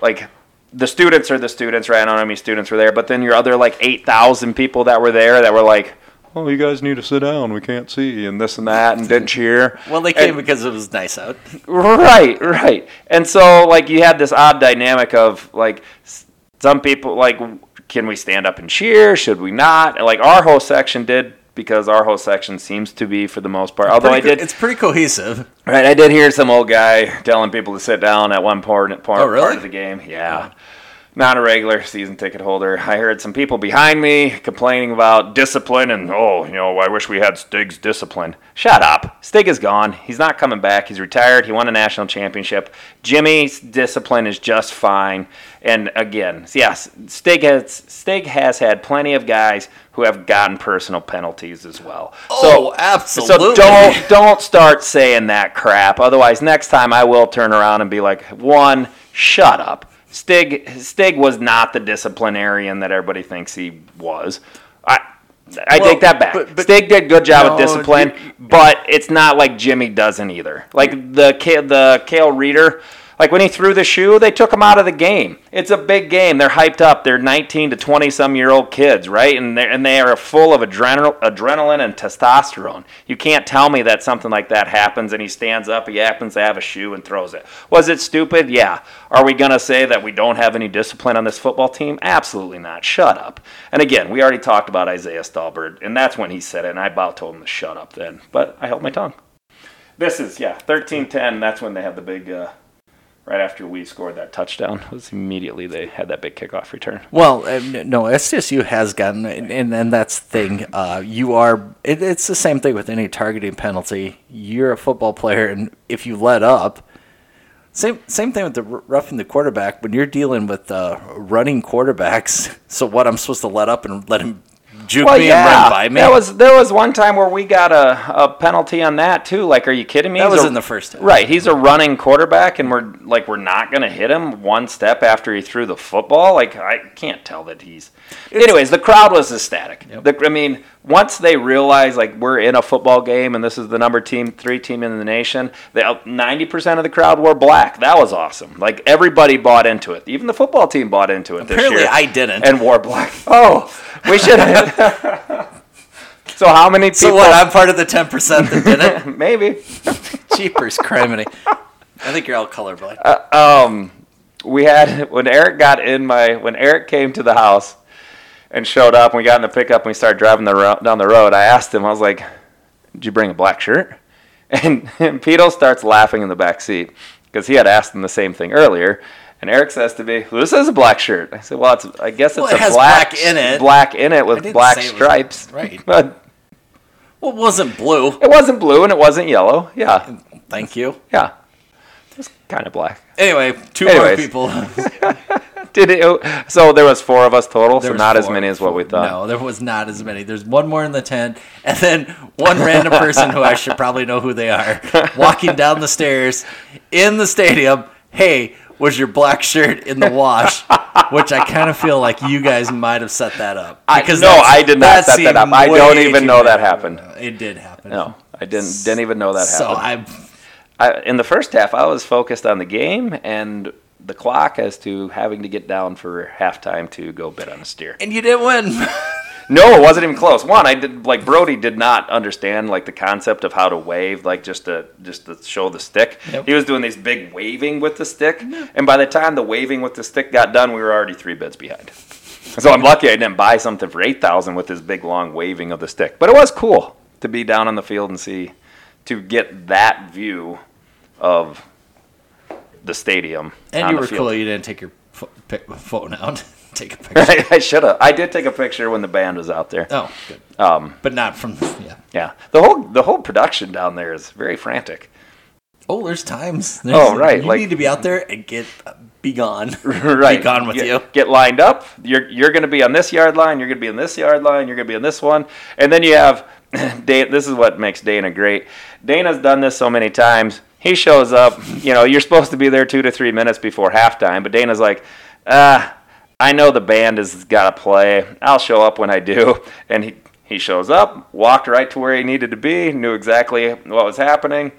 Speaker 1: like. The students are the students, right? I don't know how many students were there, but then your other like eight thousand people that were there that were like, "Oh, you guys need to sit down. We can't see," and this and that, and didn't cheer.
Speaker 2: Well, they
Speaker 1: And-
Speaker 2: came because it was nice out.
Speaker 1: Right, right. And so like you had this odd dynamic of like s- some people like can we stand up and cheer? Should we not? And, Like our whole section did because our whole section seems to be for the most part. Although I
Speaker 2: Pretty co-
Speaker 1: did
Speaker 2: It's pretty cohesive.
Speaker 1: right, I did hear some old guy telling people to sit down at one part, part,
Speaker 2: Oh, really?
Speaker 1: part of the game. Yeah. Not a regular season ticket holder. I heard some people behind me complaining about discipline and, oh, you know, I wish we had Stig's discipline. Shut up. Stig is gone. He's not coming back. He's retired. He won a national championship. Jimmy's discipline is just fine. And again, yes, Stig has, Stig has had plenty of guys who have gotten personal penalties as well.
Speaker 2: Oh,
Speaker 1: So
Speaker 2: absolutely.
Speaker 1: don't don't start saying that crap. Otherwise, next time I will turn around and be like, one, shut up. Stig Stig was not the disciplinarian that everybody thinks he was. I I
Speaker 2: Well,
Speaker 1: take that back.
Speaker 2: but- but-
Speaker 1: Stig did a good job with
Speaker 2: No,
Speaker 1: discipline, but it's not like Jimmy doesn't either. Like the Ca- the Kale Reader. Like when he threw the shoe, they took him out of the game. It's a big game. They're hyped up. They're 19 to 20 some year old kids, right? And they and they are full of adrenal, adrenaline and testosterone. You can't tell me that something like that happens and he stands up, he happens to have a shoe and throws it. Was it stupid? Yeah. Are we going to say that we don't have any discipline on this football team? Absolutely not. Shut up. And again, we already talked about Isaiah Stallbird, and that's when he said it, and I about told him to shut up then, but I held my tongue. This is, yeah, 13 10. That's when they had the big. Uh, Right after we scored that touchdown, it was immediately they had that big kickoff return.
Speaker 2: Well, um, n- no, SDSU has gotten, and, and, and that's the thing. Uh, you are, it, it's the same thing with any targeting penalty. You're a football player, and if you let up, same same thing with the r- roughing the quarterback. When you're dealing with uh, running quarterbacks, so what? I'm supposed to let up and let him Juke
Speaker 1: Well,
Speaker 2: being
Speaker 1: yeah,
Speaker 2: run by me.
Speaker 1: there was there was one time where we got a, a penalty on that too. Like, are you kidding me?
Speaker 2: That
Speaker 1: He's
Speaker 2: was
Speaker 1: a-
Speaker 2: in the first half.
Speaker 1: Right, he's a running quarterback, and we're like we're not gonna hit him one step after he threw the football. Like, I can't tell that he's. Anyways, the crowd was ecstatic. The, I mean, once they realize like we're in a football game and this is the number team three team in the nation, ninety percent of the crowd wore black. That was awesome. Like everybody bought into it. Even the football team bought into it. this
Speaker 2: Apparently,
Speaker 1: year
Speaker 2: I didn't.
Speaker 1: and wore black. Oh, we should. so how many people?
Speaker 2: so what? I'm part of the 10% that didn't.
Speaker 1: Maybe
Speaker 2: Jeepers, criminy. I think you're all colorblind.
Speaker 1: Um, we had when Eric got in my when Eric came to the house and showed up. and We got in the pickup and we started driving the ro- down the road. I asked him. I was like, "Did you bring a black shirt?" And, and Pito starts laughing in the back seat because he had asked him the same thing earlier. And Eric says to me, "Well, "This is a black shirt." I said, "Well, it's I guess it's
Speaker 2: Well,
Speaker 1: a
Speaker 2: it has
Speaker 1: black,
Speaker 2: black in it.
Speaker 1: black in it
Speaker 2: I
Speaker 1: with
Speaker 2: didn't
Speaker 1: black
Speaker 2: say it was-
Speaker 1: stripes,
Speaker 2: right.
Speaker 1: But
Speaker 2: well, it wasn't blue.
Speaker 1: it wasn't blue and it wasn't yellow. Yeah,
Speaker 2: Thank you.
Speaker 1: Yeah. It's kind of black.
Speaker 2: Anyway, two more
Speaker 1: Anyways.
Speaker 2: people.
Speaker 1: Did it, so there was four of us total,
Speaker 2: There
Speaker 1: so
Speaker 2: was
Speaker 1: not as
Speaker 2: four.
Speaker 1: many as what we thought.
Speaker 2: No, there was not as many. There's one more in the tent, and then one random person who I should probably know who they are walking down the stairs in the stadium. Hey, was your black shirt in the wash? Which I kind of feel like you guys might have set that up.
Speaker 1: I, no,
Speaker 2: that's-
Speaker 1: I did not set that
Speaker 2: seemed
Speaker 1: up. I
Speaker 2: way
Speaker 1: don't even
Speaker 2: too
Speaker 1: know that
Speaker 2: random.
Speaker 1: happened.
Speaker 2: It did happen.
Speaker 1: No, I didn't didn't even know that
Speaker 2: So
Speaker 1: happened.
Speaker 2: I'm
Speaker 1: I, in the first half, I was focused on the game and the clock as to having to get down for halftime to go bid on a steer.
Speaker 2: and you didn't win.
Speaker 1: No, it wasn't even close. One, I did like Brody did not understand like the concept of how to wave, like just to just to show the stick.
Speaker 2: Yep.
Speaker 1: He was doing these big waving with the stick, and by the time the waving with the stick got done, we were already three bids behind. So I'm lucky I didn't buy something for eight thousand with this big long waving of the stick. But it was cool to be down on the field and see to get that view of the stadium.
Speaker 2: And
Speaker 1: on
Speaker 2: you
Speaker 1: the
Speaker 2: were
Speaker 1: field.
Speaker 2: cool. You didn't take your pho- pic- phone out, take a picture.
Speaker 1: I should have. I did take a picture when the band was out there.
Speaker 2: Oh, good.
Speaker 1: Um,
Speaker 2: But not from yeah.
Speaker 1: Yeah, the whole the whole production down there is very frantic.
Speaker 2: Oh, there's times. There's-
Speaker 1: Oh, right,
Speaker 2: You
Speaker 1: like-
Speaker 2: need to be out there and get uh, be gone.
Speaker 1: right,
Speaker 2: Be gone with
Speaker 1: get,
Speaker 2: you.
Speaker 1: Get lined up. You're you're going to be on this yard line. You're going to be on this yard line. You're going to be on this one, and then you have Dana. This is what makes Dana great. Dana's done this so many times. He shows up. You know, you're supposed to be there two to three minutes before halftime, but Dana's like, ah. I know the band has got to play. I'll show up when I do. And he, he shows up, walked right to where he needed to be, knew exactly what was happening,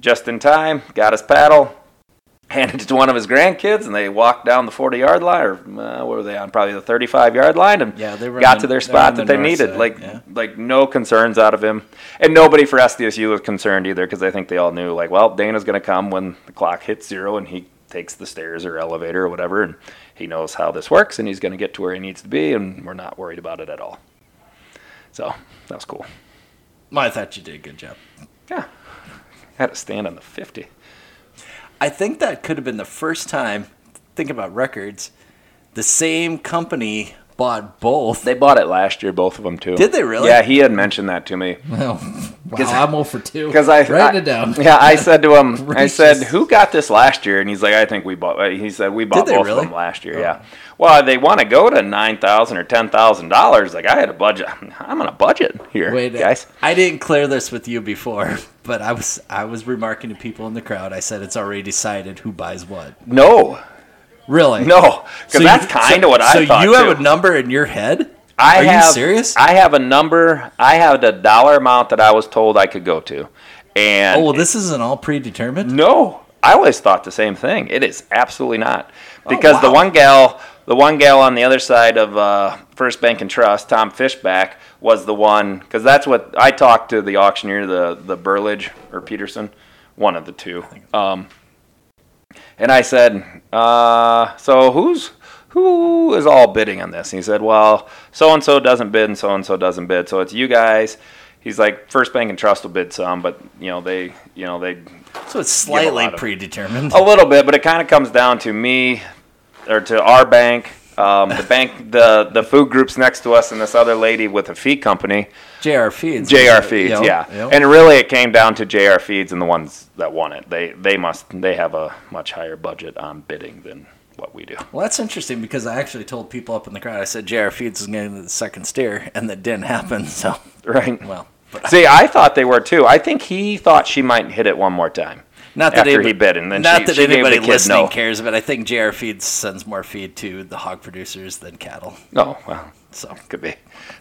Speaker 1: just in time, got his paddle, handed it to one of his grandkids, and they walked down the 40 yard line, or uh, what were they on? Probably the 35 yard line, and
Speaker 2: Yeah, they were
Speaker 1: got
Speaker 2: on
Speaker 1: to
Speaker 2: the- they were
Speaker 1: their spot
Speaker 2: on the
Speaker 1: that they
Speaker 2: north
Speaker 1: needed.
Speaker 2: side,
Speaker 1: like,
Speaker 2: yeah.
Speaker 1: like no concerns out of him, and nobody for SDSU was concerned either, because I think they all knew, like, well, Dana's going to come when the clock hits zero, and he takes the stairs or elevator or whatever, and he knows how this works, and he's going to get to where he needs to be, and we're not worried about it at all. So that was cool.
Speaker 2: Well, I thought you did a good job.
Speaker 1: Yeah, had to stand on the 50.
Speaker 2: I think that could have been the first time. Think about records. The same company bought both.
Speaker 1: They bought it last year, both of them too.
Speaker 2: Did they really?
Speaker 1: Yeah, he had mentioned that to me
Speaker 2: Well, wow, I'm 0 for 2.
Speaker 1: because I
Speaker 2: writing
Speaker 1: I-
Speaker 2: it down.
Speaker 1: Yeah, I said to him, I said,
Speaker 2: Gracious.
Speaker 1: "Who got this last year?" And he's like, "I think we bought." uh, He said, "We bought
Speaker 2: they
Speaker 1: both
Speaker 2: really? Oh.
Speaker 1: of them last year." Yeah. Well, they want to go to nine thousand or ten thousand dollars. Like I had a budget. I'm on a budget here,
Speaker 2: Wait, uh,
Speaker 1: guys.
Speaker 2: I didn't clear this with you before, but I was I was remarking to people in the crowd. I said it's already decided who buys what.
Speaker 1: No,
Speaker 2: Really?
Speaker 1: no, because
Speaker 2: you-
Speaker 1: that's kind of
Speaker 2: so-
Speaker 1: what I
Speaker 2: So
Speaker 1: thought.
Speaker 2: you have
Speaker 1: too.
Speaker 2: a number in your head?
Speaker 1: I
Speaker 2: Are
Speaker 1: have,
Speaker 2: you serious?
Speaker 1: I have a number. I have the dollar amount that I was told I could go to, and
Speaker 2: oh, well, this isn't all predetermined.
Speaker 1: No, I always thought the same thing. It is absolutely not because the
Speaker 2: wow.
Speaker 1: one gal, the one gal on the other side of uh, First Bank and Trust, Tom Fishback, was the one because that's what I talked to the auctioneer, the the Burlage or Peterson, one of the two. Um, and I said, uh, so who's who is all bidding on this? And he said, well, so and so doesn't bid and so and so doesn't bid, so it's you guys. He's like, First Bank and Trust will bid some, but you know they, Mm, you know they
Speaker 2: So it's slightly
Speaker 1: lot of- Oh,
Speaker 2: predetermined.
Speaker 1: a little bit, but it kind of comes down to me or to our bank, um, the bank, the the food groups next to us, and this other lady with a feed company,
Speaker 2: JR Feeds.
Speaker 1: JR Feeds.
Speaker 2: Yep,
Speaker 1: yeah,
Speaker 2: yep.
Speaker 1: and really, it came down to JR Feeds and the ones that won it. They they must they have a much higher budget on bidding than what we do.
Speaker 2: Well, that's interesting because I actually told people up in the crowd. I said J.R. Feeds is going to the second steer, and that didn't happen. So,
Speaker 1: Right.
Speaker 2: well, but
Speaker 1: See, I thought they were too. I think he thought she might hit it one more time.
Speaker 2: not that
Speaker 1: after
Speaker 2: any-
Speaker 1: he bit, and then
Speaker 2: not
Speaker 1: she-
Speaker 2: that
Speaker 1: she gave
Speaker 2: anybody
Speaker 1: the kid
Speaker 2: listening
Speaker 1: no.
Speaker 2: cares, but I think J.R. Feeds sends more feed to the hog producers than cattle.
Speaker 1: No, Oh, well,
Speaker 2: So,
Speaker 1: could be,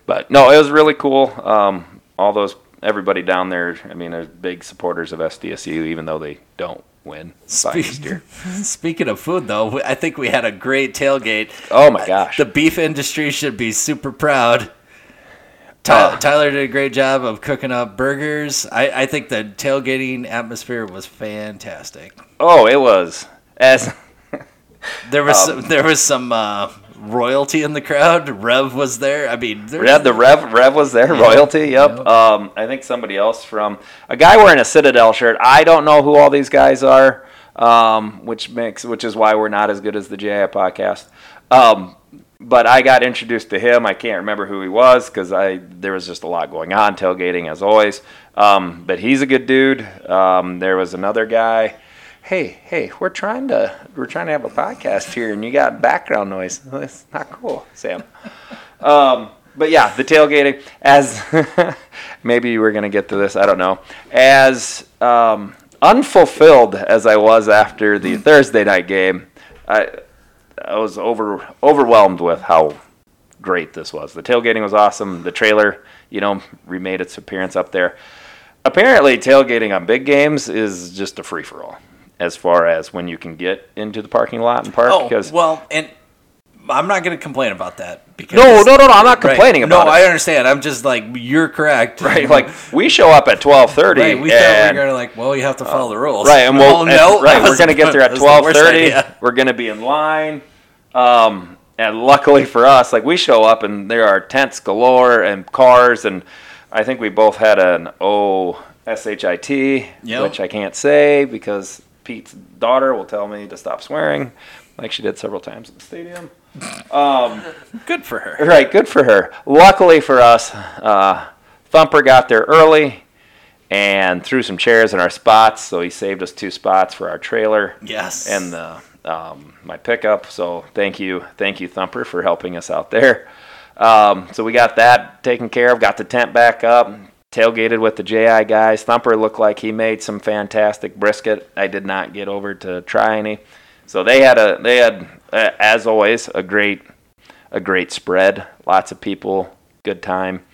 Speaker 1: but no, it was really cool. Um, all those everybody down there, I mean, are big supporters of SDSU, even though they don't win by a
Speaker 2: Spe-
Speaker 1: steer.
Speaker 2: speaking of food, though, we- I think we had a great tailgate.
Speaker 1: Oh my gosh!
Speaker 2: The beef industry should be super proud. Tyler,
Speaker 1: Uh.
Speaker 2: Tyler did a great job of cooking up burgers. I, I think the tailgating atmosphere was fantastic.
Speaker 1: oh, it was as
Speaker 2: There was
Speaker 1: Um,
Speaker 2: some, there was some uh, royalty in the crowd. Rev was there. I mean, there
Speaker 1: Rev, the Rev, Rev was there. Royalty, yep.
Speaker 2: Yep.
Speaker 1: Um, I think somebody else from a guy wearing a Citadel shirt. I don't know who all these guys are, um, which makes which is why we're not as good as the JI podcast. Um, but I got introduced to him. I can't remember who he was because I there was just a lot going on tailgating as always. Um, but he's a good dude. Um, there was another guy. Hey, hey, we're trying to we're trying to have a podcast here, and you got background noise. That's not cool, Sam. Um, But yeah, the tailgating. As maybe you were gonna get to this, I don't know. As um, unfulfilled as I was after the
Speaker 2: Mm.
Speaker 1: Thursday night game, I I was over overwhelmed with how great this was. The tailgating was awesome. The trailer, you know, remade its appearance up there. Apparently, tailgating on big games is just a free for all as far as when you can get into the parking lot and park.
Speaker 2: Oh
Speaker 1: because
Speaker 2: well, and I'm not going to complain about that because
Speaker 1: no, no, no, no, I'm not
Speaker 2: Right.
Speaker 1: complaining about
Speaker 2: No,
Speaker 1: it.
Speaker 2: I understand. I'm just like you're correct.
Speaker 1: right? Like we show up at twelve thirty, Uh,
Speaker 2: Right, we thought we were gonna like, well, you have to follow the rules,
Speaker 1: right, and we'll
Speaker 2: Oh,
Speaker 1: and-
Speaker 2: no,
Speaker 1: right,
Speaker 2: that
Speaker 1: we're
Speaker 2: was-
Speaker 1: gonna get there at
Speaker 2: that was the worst
Speaker 1: twelve thirty.
Speaker 2: idea.
Speaker 1: We're gonna be in line, um, and luckily for us, like we show up and there are tents galore and cars, and I think we both had an O S H I T,
Speaker 2: Yep.
Speaker 1: which I can't say because Pete's daughter will tell me to stop swearing, like she did several times at the stadium.
Speaker 2: Good for her.
Speaker 1: Right, good for her. Luckily for us, uh, Thumper got there early and threw some chairs in our spots, so he saved us two spots for our trailer
Speaker 2: Yes,
Speaker 1: and the um, my pickup. So thank you, thank you, Thumper, for helping us out there. Um, so we got that taken care of. Got the tent back up. Tailgated with the JI guys. Thumper looked like he made some fantastic brisket. I did not get over to try any. So they had a they had uh, as always a great a great spread. Lots of people. Good time.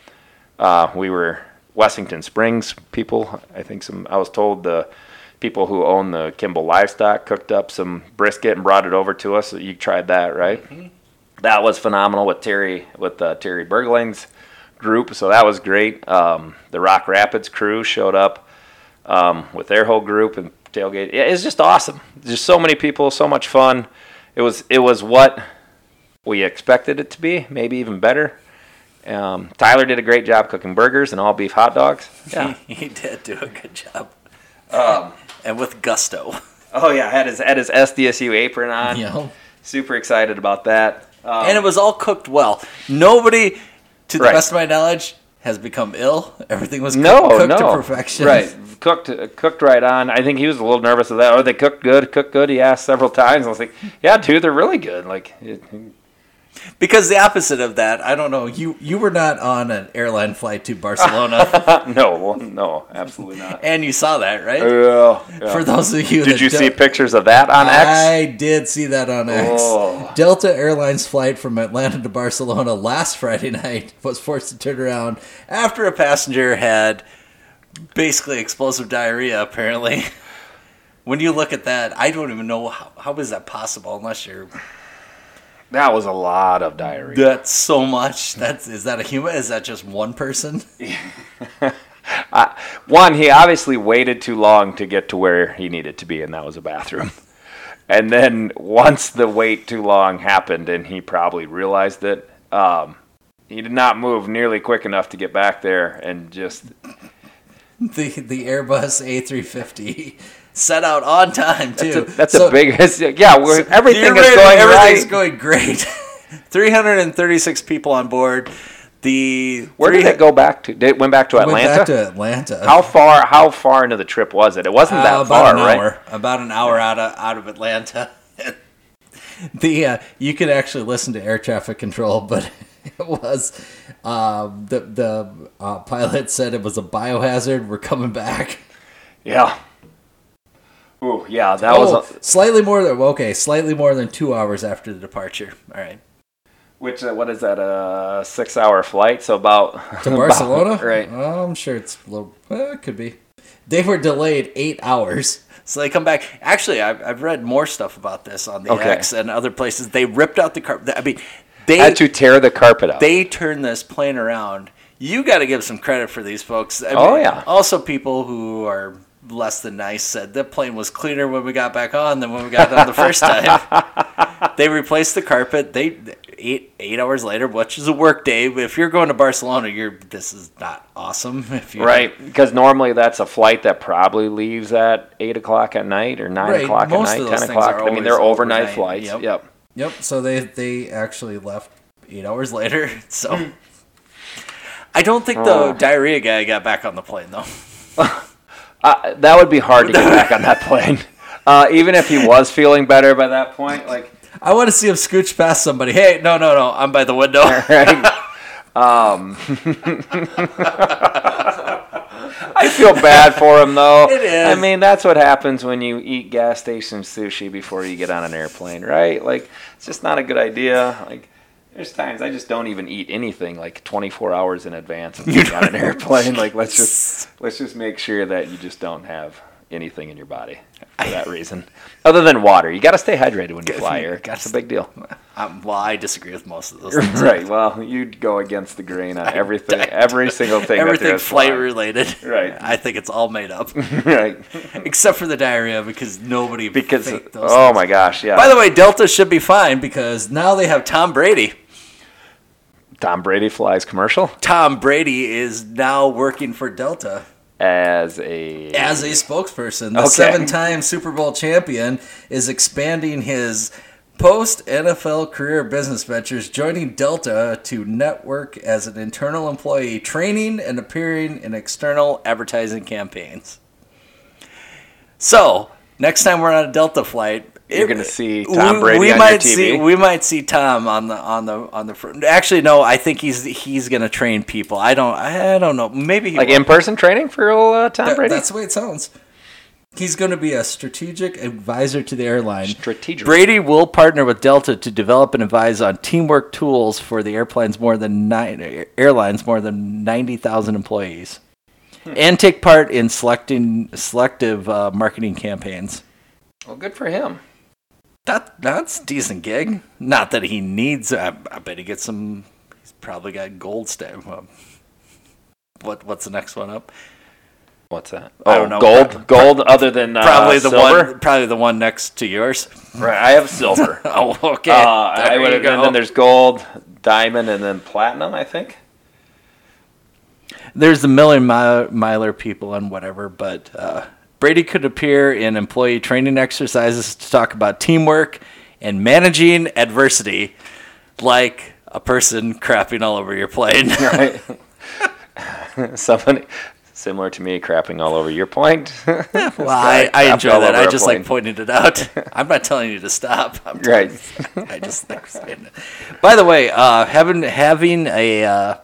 Speaker 1: Uh, we were Westington Springs people. I think some. I was told the people who own the Kimball livestock cooked up some brisket and brought it over to us. You tried that, right? That was phenomenal with Terry with uh, Terry Bergling's group. So that was great. Um, the Rock Rapids crew showed up um, with their whole group and tailgate. It was just awesome. Just so many people, so much fun. It was it was what we expected it to be, maybe even better. Um, Tyler did a great job cooking burgers and all beef hot dogs. Yeah.
Speaker 2: he, he did do a good job, um, and with gusto.
Speaker 1: oh yeah, had his had his SDSU apron on.
Speaker 2: You know,
Speaker 1: Super excited about that. Um,
Speaker 2: and it was all cooked well. Nobody, to the
Speaker 1: Right.
Speaker 2: best of my knowledge, has become ill. Everything was
Speaker 1: no,
Speaker 2: cooked
Speaker 1: no,
Speaker 2: to perfection.
Speaker 1: Right, cooked cooked right on. I think he was a little nervous of that. Oh, they cooked good, cooked good. He asked several times. I was like, yeah, dude, they're really good. Like, it,
Speaker 2: Because the opposite of that, I don't know. You you were not on an airline flight to Barcelona,
Speaker 1: no, no, absolutely not.
Speaker 2: and you saw that, right?
Speaker 1: Yeah, Oh, yeah.
Speaker 2: For those of you,
Speaker 1: Did
Speaker 2: that
Speaker 1: you
Speaker 2: don't-
Speaker 1: see pictures of that on X?
Speaker 2: I did see that on X.
Speaker 1: Oh.
Speaker 2: Delta Airlines flight from Atlanta to Barcelona last Friday night was forced to turn around after a passenger had basically explosive diarrhea, apparently. When you look at that, I don't even know how, how is that possible unless you're
Speaker 1: That was a lot of diarrhea.
Speaker 2: that's so much. That's is that a human? Is that just one person?
Speaker 1: One, he obviously waited too long to get to where he needed to be, and that was a bathroom. And then once the wait too long happened, and he probably realized it, um, he did not move nearly quick enough to get back there, and just
Speaker 2: The the Airbus A350 set out on time too.
Speaker 1: that's a, that's
Speaker 2: So-
Speaker 1: a big. It's, yeah, we're, everything is
Speaker 2: Theoretically,
Speaker 1: going
Speaker 2: everything's
Speaker 1: right.
Speaker 2: going great. 336 people on board. The
Speaker 1: where did
Speaker 2: three-
Speaker 1: it go back to? Did it went back to
Speaker 2: Went
Speaker 1: Atlanta?
Speaker 2: back to Atlanta.
Speaker 1: how far? How far into the trip was it? It wasn't that
Speaker 2: Uh, about
Speaker 1: far,
Speaker 2: an
Speaker 1: right?
Speaker 2: hour. About an hour out of out of Atlanta.
Speaker 6: the uh, you could actually listen to air traffic control, but it was uh, the the uh, pilot said it was a biohazard. We're coming back.
Speaker 1: Yeah. Ooh, yeah, that
Speaker 6: Oh,
Speaker 1: was a,
Speaker 6: slightly more than okay, slightly more than two hours after the departure. All right,
Speaker 1: which uh, what is that? A six-hour flight, so about
Speaker 6: to
Speaker 1: about-
Speaker 6: Barcelona.
Speaker 1: right?
Speaker 6: Well, I'm sure it's a little. eh, it could be. They were delayed eight hours.
Speaker 2: So they come back. Actually, I've, I've read more stuff about this on the
Speaker 1: Okay.
Speaker 2: X and other places. They ripped out the carpet. I mean, they
Speaker 1: Had to tear the carpet out.
Speaker 2: they turned this plane around. You got to give some credit for these folks. I
Speaker 1: Oh, yeah.
Speaker 2: Also, people who are less than nice said the plane was cleaner when we got back on than when we got on the first time. they replaced the carpet. They eight eight hours later, which is a work day. If you're going to Barcelona, you're this is not awesome. If you
Speaker 1: Right, because normally that's a flight that probably leaves at eight o'clock at night or nine
Speaker 6: Right,
Speaker 1: o'clock at
Speaker 2: most
Speaker 1: night,
Speaker 2: of those
Speaker 1: ten
Speaker 2: things
Speaker 1: o'clock.
Speaker 2: are
Speaker 1: I mean, they're
Speaker 2: always
Speaker 1: overnight,
Speaker 2: overnight,
Speaker 1: flights.
Speaker 2: yep.
Speaker 1: Yep.
Speaker 6: Yep. So they they actually left eight hours
Speaker 2: hours
Speaker 6: later.
Speaker 2: later. So I don't think the
Speaker 1: Oh.
Speaker 2: diarrhea guy got back on the plane though.
Speaker 1: Uh, that would be hard to get back on that plane, uh, even if he was feeling better by that point. Like,
Speaker 2: I want to see him scooch past somebody. Hey, no, no, no, I'm by the window.
Speaker 1: Um, I feel bad for him though.
Speaker 2: It is.
Speaker 1: I mean, that's what happens when you eat gas station sushi before you get on an airplane, right? Like, it's just not a good idea. Like. There's times I just don't even eat anything like 24 hours in advance of being on an airplane. Like let's just let's just make sure that you just don't have anything in your body for that reason, other than water. You got to stay hydrated when you fly, Eric. That's a big deal.
Speaker 2: Um, well, I disagree with most of those. Things.
Speaker 1: Right. Well, you'd go against the grain on everything, every single thing. that there
Speaker 2: Everything
Speaker 1: is
Speaker 2: flight
Speaker 1: flying.
Speaker 2: related.
Speaker 1: Right.
Speaker 2: I think it's all made up,
Speaker 1: Right.
Speaker 2: except for the diarrhea because nobody
Speaker 1: Because
Speaker 2: faked those
Speaker 1: oh
Speaker 2: things.
Speaker 1: my gosh, yeah.
Speaker 2: By the way, Delta should be fine because now they have Tom Brady.
Speaker 1: Tom Brady flies commercial
Speaker 2: Tom Brady is now working for Delta.
Speaker 1: as a
Speaker 6: As a spokesperson, the
Speaker 1: Okay.
Speaker 6: seven-time Super Bowl champion is expanding his post NFL career business ventures, joining Delta to network as an internal employee, training and appearing in
Speaker 2: external advertising campaigns. So next time we're on a Delta flight,
Speaker 1: You're
Speaker 2: it-
Speaker 1: gonna see Tom Brady on your
Speaker 2: might
Speaker 1: TV.
Speaker 2: see we might see Tom on the on the on the front. Actually, no, I think he's he's gonna train people. I don't I don't know. Maybe he
Speaker 1: like
Speaker 2: will.
Speaker 1: in person training for old uh, Tom
Speaker 6: That-
Speaker 1: Brady.
Speaker 6: That's the way it sounds. He's going to be a strategic advisor to the airline.
Speaker 1: strategic.
Speaker 2: Brady will partner with Delta to develop and advise on teamwork tools for the airplane's more than nine airlines more than ninety thousand employees,
Speaker 1: Hmm.
Speaker 2: and take part in selecting selective uh, marketing campaigns.
Speaker 1: Well, good for him.
Speaker 2: That that's a decent gig. Not that he needs. I, I bet he gets some. He's probably got gold stamp. Um, what what's the next one up?
Speaker 1: What's that? Oh,
Speaker 2: I don't know.
Speaker 1: gold,
Speaker 2: Pro-
Speaker 1: gold. Other than uh,
Speaker 2: Probably the
Speaker 1: silver?
Speaker 2: one. Probably the one next to yours.
Speaker 1: Right, I have silver. uh,
Speaker 2: Oh, okay. There
Speaker 1: I would
Speaker 2: you
Speaker 1: have. And
Speaker 2: go.
Speaker 1: then there's gold, diamond, and then platinum. I think.
Speaker 2: there's the million mi- miler people and whatever, but uh, Brady could appear in employee training exercises to talk about teamwork and managing adversity, like a person crapping all over your plane.
Speaker 1: Right. Somebody similar to me crapping all over your point.
Speaker 2: Well, I, I
Speaker 1: crap
Speaker 2: enjoy
Speaker 1: all
Speaker 2: that.
Speaker 1: over
Speaker 2: I
Speaker 1: a
Speaker 2: just
Speaker 1: plane.
Speaker 2: like pointed it out. I'm not telling you to stop. I'm t-
Speaker 1: right.
Speaker 2: I just like saying it. By the way, uh, having having a uh,